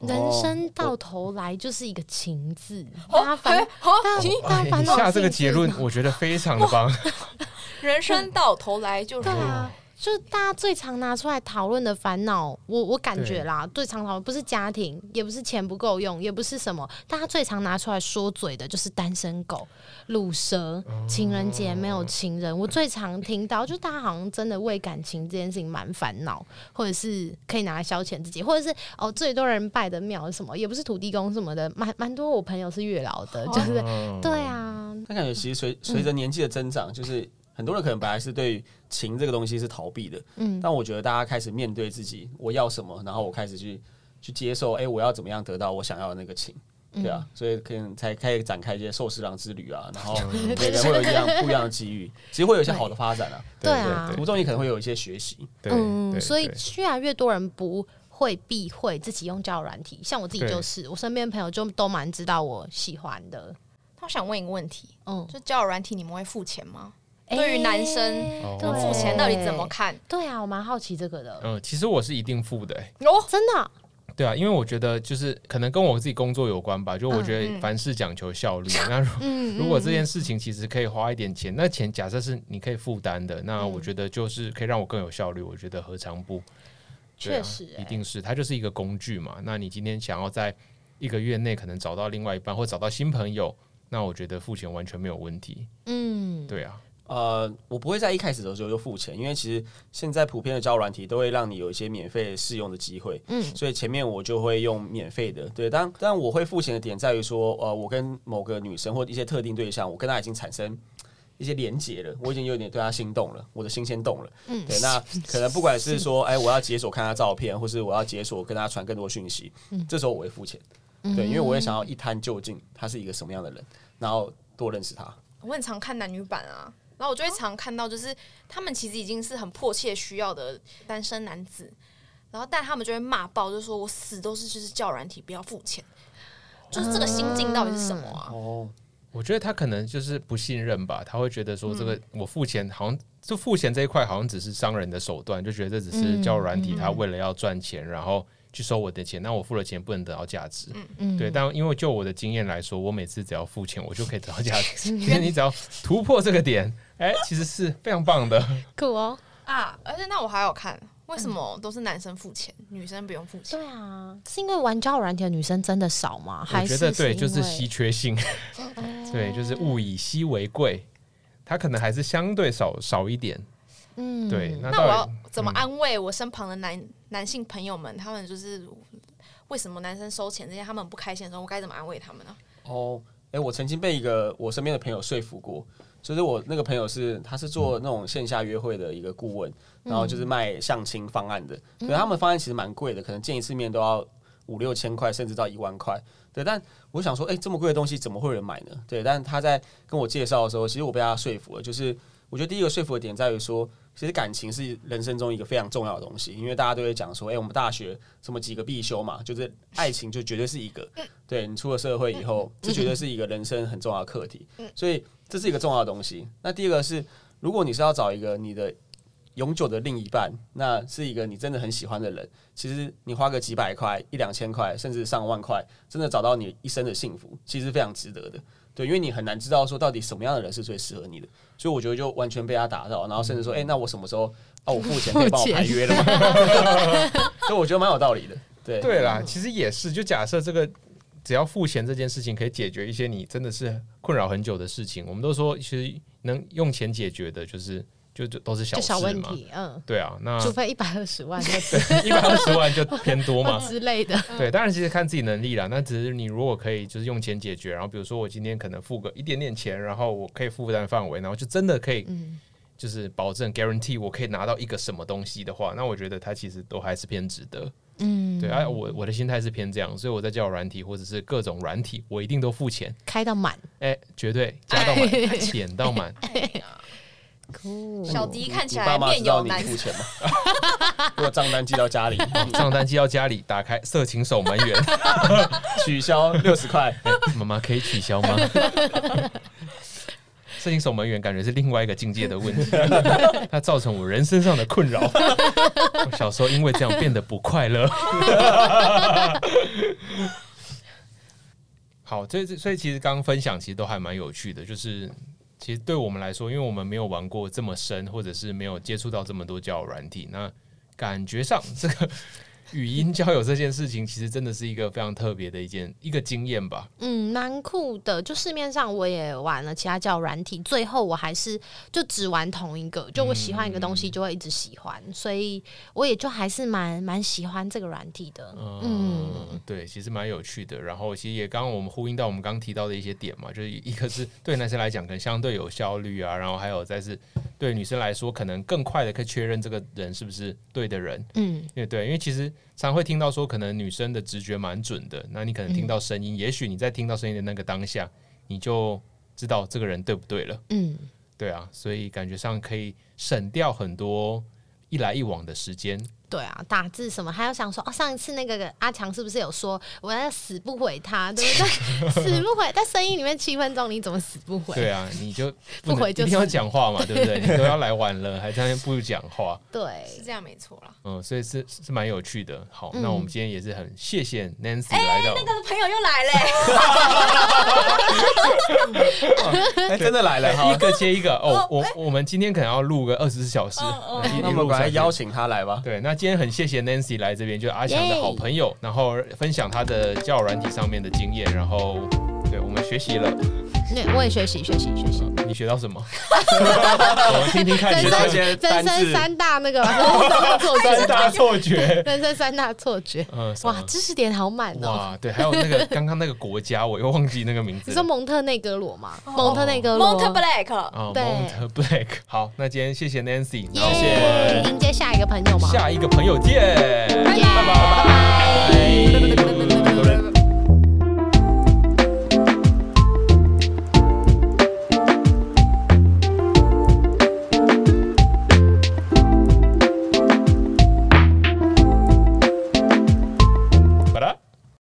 [SPEAKER 3] 人生到头来就是一个情字，
[SPEAKER 1] 哦
[SPEAKER 2] 好
[SPEAKER 3] 大家，
[SPEAKER 2] 哎
[SPEAKER 3] 烦
[SPEAKER 2] 好，
[SPEAKER 3] 大
[SPEAKER 1] 嗯
[SPEAKER 2] 行
[SPEAKER 3] 大家烦恼
[SPEAKER 1] 哎下这个
[SPEAKER 3] 性
[SPEAKER 1] 结
[SPEAKER 3] 是
[SPEAKER 1] 论我觉得非常的棒，
[SPEAKER 2] 人生到头来就是
[SPEAKER 3] 对
[SPEAKER 1] 哦
[SPEAKER 3] 啊，就大家最常拿出来讨论的烦恼，我我感觉啦，最常讨论不是家庭，也不是钱不够用，也不是什么，大家最常拿出来说嘴的就是单身狗、乳蛇、情人节没有情
[SPEAKER 1] 嗯
[SPEAKER 3] 人。我最常听到，就大家好像真的为感情这件事情蛮烦恼，或者是可以拿来消遣自己，或者是哦，最多人拜的庙是什么，也不是土地公什么的，蛮蛮多我朋友是月老的，就是、
[SPEAKER 1] 哦
[SPEAKER 3] 对啊，
[SPEAKER 4] 但感觉其实随随着年纪的增长，就是很多人可能本来是对于情这个东西是逃避的，
[SPEAKER 3] 嗯，
[SPEAKER 4] 但我觉得大家开始面对自己，我要什么，然后我开始去去接受，哎、我要怎么样得到我想要的那个情。
[SPEAKER 3] 嗯
[SPEAKER 4] 对啊，所以可能才开始展开一些寿司郎之旅啊，然 后每个人会有一样不一样的机遇，其实会有一些好的发展啊。
[SPEAKER 3] 对啊
[SPEAKER 4] 途中你可能会有一些学习，
[SPEAKER 1] 对
[SPEAKER 3] 嗯，
[SPEAKER 1] 对
[SPEAKER 3] 所以
[SPEAKER 1] 对
[SPEAKER 3] 越来越多人不会避讳自己用交友软体，像我自己
[SPEAKER 1] 对
[SPEAKER 3] 就是，我身边朋友就都蛮知道我喜欢的，
[SPEAKER 2] 那我想问一个问题，
[SPEAKER 3] 嗯，
[SPEAKER 2] 就交友软体你们会付钱吗？对于男生
[SPEAKER 3] 哎
[SPEAKER 1] 对
[SPEAKER 2] 付钱到底怎么？看？
[SPEAKER 3] 对啊，我蛮好奇这个的，
[SPEAKER 1] 嗯，其实我是一定付的、欸，
[SPEAKER 2] 哦，
[SPEAKER 3] 真的啊
[SPEAKER 1] 对啊，因为我觉得就是可能跟我自己工作有关吧，就我觉
[SPEAKER 2] 嗯
[SPEAKER 1] 得
[SPEAKER 2] 嗯
[SPEAKER 1] 凡事讲求效 率。那如
[SPEAKER 3] 嗯，
[SPEAKER 1] 如果这
[SPEAKER 3] 嗯
[SPEAKER 1] 件事情其实可以花一点钱，那钱假设是你可以负担的，那
[SPEAKER 3] 嗯
[SPEAKER 1] 我觉得就是可以让我更有效率，我觉得何尝不？对啊
[SPEAKER 3] 确实欸
[SPEAKER 1] 一定是它就是一个工具嘛。那你今天想要在一个月内可能找到另外一半或找到新朋友，那我觉得付钱完全没有问题。
[SPEAKER 3] 嗯，
[SPEAKER 1] 对啊，
[SPEAKER 4] 呃，我不会在一开始的时候就付钱，因为其实现在普遍的交友软体都会让你有一些免费试用的机会，嗯，所以前面我就会用免费的，对，但但我会付钱的点在于说，呃，我跟某个女生或一些特定对象，我跟她已经产生一些连结了，我已经有点对她心动了，我的心先动了，嗯，对，那可能不管是说，哎，我要解锁看她照片，或是我要解锁跟她传更多讯息，这时候我会付钱，对，因为我会想要一探究竟她是一个什么样的人，然后多认识她。
[SPEAKER 2] 我很常看男女版啊，然后我就会
[SPEAKER 4] 哦
[SPEAKER 2] 常看到，就是他们其实已经是很迫切需要的单身男子，然后但他们就会骂爆，就说我死都是就是叫软体不要付钱，就是这个心境到底是什么啊？
[SPEAKER 4] 哦，
[SPEAKER 1] 我觉得他可能就是不信任吧，他会觉得说这个
[SPEAKER 3] 嗯
[SPEAKER 1] 我付钱好像就付钱这一块好像只是商人的手段，就觉得这只是交友软体，
[SPEAKER 3] 嗯
[SPEAKER 1] 他为了要赚钱，然后去收我的钱，那我付了钱不能得到价值。
[SPEAKER 3] 嗯
[SPEAKER 1] 对，但因为就我的经验来说，我每次只要付钱，我就可以得到价 值，因为你只要突破这个点，哎、其实是非常棒的。
[SPEAKER 3] 酷哦，
[SPEAKER 2] 啊，而且那我还有看，为什么都是男生付钱，女生不用付钱？
[SPEAKER 3] 对啊，是因为玩交友软体的女生真的少吗？
[SPEAKER 1] 我
[SPEAKER 3] 还
[SPEAKER 1] 觉
[SPEAKER 3] 是
[SPEAKER 1] 得对，就是稀
[SPEAKER 3] 稀，
[SPEAKER 1] 缺 性，对，就是物以稀为贵，它可能还是相对少少一点。
[SPEAKER 3] 嗯
[SPEAKER 1] 对，那
[SPEAKER 2] 那我
[SPEAKER 1] 到
[SPEAKER 2] 要
[SPEAKER 1] 底
[SPEAKER 2] 怎
[SPEAKER 4] 嗯
[SPEAKER 2] 么安慰我身旁的男、男性朋友们？他们就是为什么男生收钱这些，他们不开心的时候，我该怎么安慰他们呢？
[SPEAKER 4] 哦，哎、我曾经被一个我身边的朋友说服过，就是我那个朋友是他是做那种线下约会的一个顾问，然后就是卖相亲方案的，对，他们方案其实蛮贵的，可能见一次面都要五六千块，甚至到一万块。对，但我想说，哎、这么贵的东西怎么会有人买呢？对，但他在跟我介绍的时候，其实我被他说服了。就是我觉得第一个说服的点在于说，其实感情是人生中一个非常重要的东西，因为大家都会讲说，哎、我们大学什么几个必修嘛，就是爱情就绝对是一个。对你出了社会以后，这绝对是一个人生很重要的课题。所以这是一个重要的东西。那第二个是，如果你是要找一个你的永久的另一半，那是一个你真的很喜欢的人，其实你花个几百块、一两千块，甚至上万块，真的找到你一生的幸福，其实非常值得的。对，因为你很难知道说到底什么样的人是最适合你的，所以我觉得就完全被他打到，然后甚至说，哎、那我什么时候啊，我付钱可以帮我排约了吗？ 所以我觉得蛮有道理的。对，
[SPEAKER 1] 对啦，其实也是，就假设这个只要付钱这件事情可以解决一些你真的是困扰很久的事情，我们都说其实能用钱解决的就是就就都是小
[SPEAKER 3] 就
[SPEAKER 1] 事
[SPEAKER 3] 小
[SPEAKER 1] 嘛。
[SPEAKER 3] 问题，嗯，
[SPEAKER 1] 对啊，那
[SPEAKER 3] 除非一百二 十万那种
[SPEAKER 1] 一百二十万就偏多嘛。
[SPEAKER 3] 之类的，
[SPEAKER 1] 对，当然其实看自己能力啦。那只是你如果可以就是用钱解决，然后比如说我今天可能付个一点点钱，然后我可以负担范围，然后就真的可以
[SPEAKER 3] 嗯，
[SPEAKER 1] 就是保证 guarantee 我可以拿到一个什么东西的话，那我觉得它其实都还是偏值得。
[SPEAKER 3] 嗯，
[SPEAKER 1] 对，啊，我我的心态是偏这样，所以我在教软体或者是各种软体，我一定都付钱，
[SPEAKER 3] 开到满，
[SPEAKER 1] 哎、绝对加到满， 减到满。
[SPEAKER 3] 酷
[SPEAKER 2] 小迪看起
[SPEAKER 4] 嗯你爸
[SPEAKER 2] 来
[SPEAKER 4] 妈
[SPEAKER 2] 面
[SPEAKER 4] 知道
[SPEAKER 2] 有
[SPEAKER 4] 你
[SPEAKER 2] 难
[SPEAKER 4] 付钱吗？ 给我账单寄 到家里，哦
[SPEAKER 1] 账单寄到家里，打开色情守门员，
[SPEAKER 4] 取消六十块。
[SPEAKER 1] 妈妈可以取消吗？ 色情守门员感觉是另外一个境界的问题， 它造成我人身上的困扰。我小时候因为这样变得不快乐。好，这这所以其实刚刚分享其实都还蛮有趣的，就是其实对我们来说，因为我们没有玩过这么深，或者是没有接触到这么多交友软体，那感觉上这个 语音交友这件事情，其实真的是一个非常特别的一件一个经验吧。
[SPEAKER 3] 嗯，蛮酷的。就市面上我也玩了其他叫软体，最后我还是就只玩同一个。就我喜欢一个东
[SPEAKER 1] 嗯
[SPEAKER 3] 西，就会一直喜欢，所以我也就还是蛮蛮喜欢这个软体的。
[SPEAKER 1] 嗯，对，其实蛮有趣的。然后其实也刚刚我们呼应到我们刚提到的一些点嘛，就是一个是对男生来讲可能相对有效率啊，然后还有再是对女生来说可能更快的可以确认这个人是不是对的人。
[SPEAKER 3] 嗯，
[SPEAKER 1] 对对，因为其实常会听到说，可能女生的直觉蛮准的，那你可能听到声音，也许你在听到声音的那个当下，你就知道这个人对不对了。
[SPEAKER 3] 嗯，
[SPEAKER 1] 对啊，所以感觉上可以省掉很多一来一往的时间。
[SPEAKER 3] 对啊，打字什么，还要想说哦，上一次那个阿强是不是有说我要死不回他，对不对？ 死不回，在声音里面七分钟，你怎么死不回？
[SPEAKER 1] 对啊，你就
[SPEAKER 3] 不
[SPEAKER 1] 能
[SPEAKER 3] 回就
[SPEAKER 1] 一定要
[SPEAKER 3] 是
[SPEAKER 1] 讲话嘛，对不对？你都要来晚了，还在那边不讲话，
[SPEAKER 3] 对
[SPEAKER 2] 是这样没错啦。
[SPEAKER 1] 嗯，所以是是蛮有趣的。好，
[SPEAKER 3] 嗯
[SPEAKER 1] 那我们今天也是很谢谢 Nancy 来到，
[SPEAKER 2] 那个朋友又来了、欸，
[SPEAKER 4] 哎，真的来了哈
[SPEAKER 1] 一！个接一个哦，我我们今天可能要录个二十四小时，
[SPEAKER 2] 嗯
[SPEAKER 1] 一
[SPEAKER 4] 那我
[SPEAKER 1] 一
[SPEAKER 4] 们
[SPEAKER 1] 路
[SPEAKER 4] 赶快
[SPEAKER 1] 上
[SPEAKER 4] 邀。请他来吧。
[SPEAKER 1] 对，那今天很谢谢 Nancy 来这边，就是阿强的好朋友，然后分享他的交友软体上面的经验，然后对我们学习了，
[SPEAKER 3] 那我也学习学习学习。
[SPEAKER 1] 你学到什么？我们听听看你
[SPEAKER 3] 人
[SPEAKER 1] 的
[SPEAKER 4] 这
[SPEAKER 1] 这些
[SPEAKER 3] 生
[SPEAKER 4] 些单
[SPEAKER 3] 人
[SPEAKER 4] 字
[SPEAKER 3] 生三大那个 人生错
[SPEAKER 1] 三
[SPEAKER 3] 觉，
[SPEAKER 1] 大错 觉。
[SPEAKER 3] 人生三大错觉。
[SPEAKER 1] 嗯，什么
[SPEAKER 3] 哇，知识点好满哦！
[SPEAKER 1] 哇，对，还有那 个刚刚那个国家，我又忘记那个名字
[SPEAKER 3] 你
[SPEAKER 1] 了。
[SPEAKER 3] 说蒙特内哥罗吗？哦蒙特内哥罗
[SPEAKER 2] m o n t e Black，
[SPEAKER 1] 啊
[SPEAKER 3] 对
[SPEAKER 1] m o n t Black。好，那今天谢谢 Nancy，然后
[SPEAKER 3] 耶！迎接下一个朋友吗？
[SPEAKER 1] 下一个朋友见。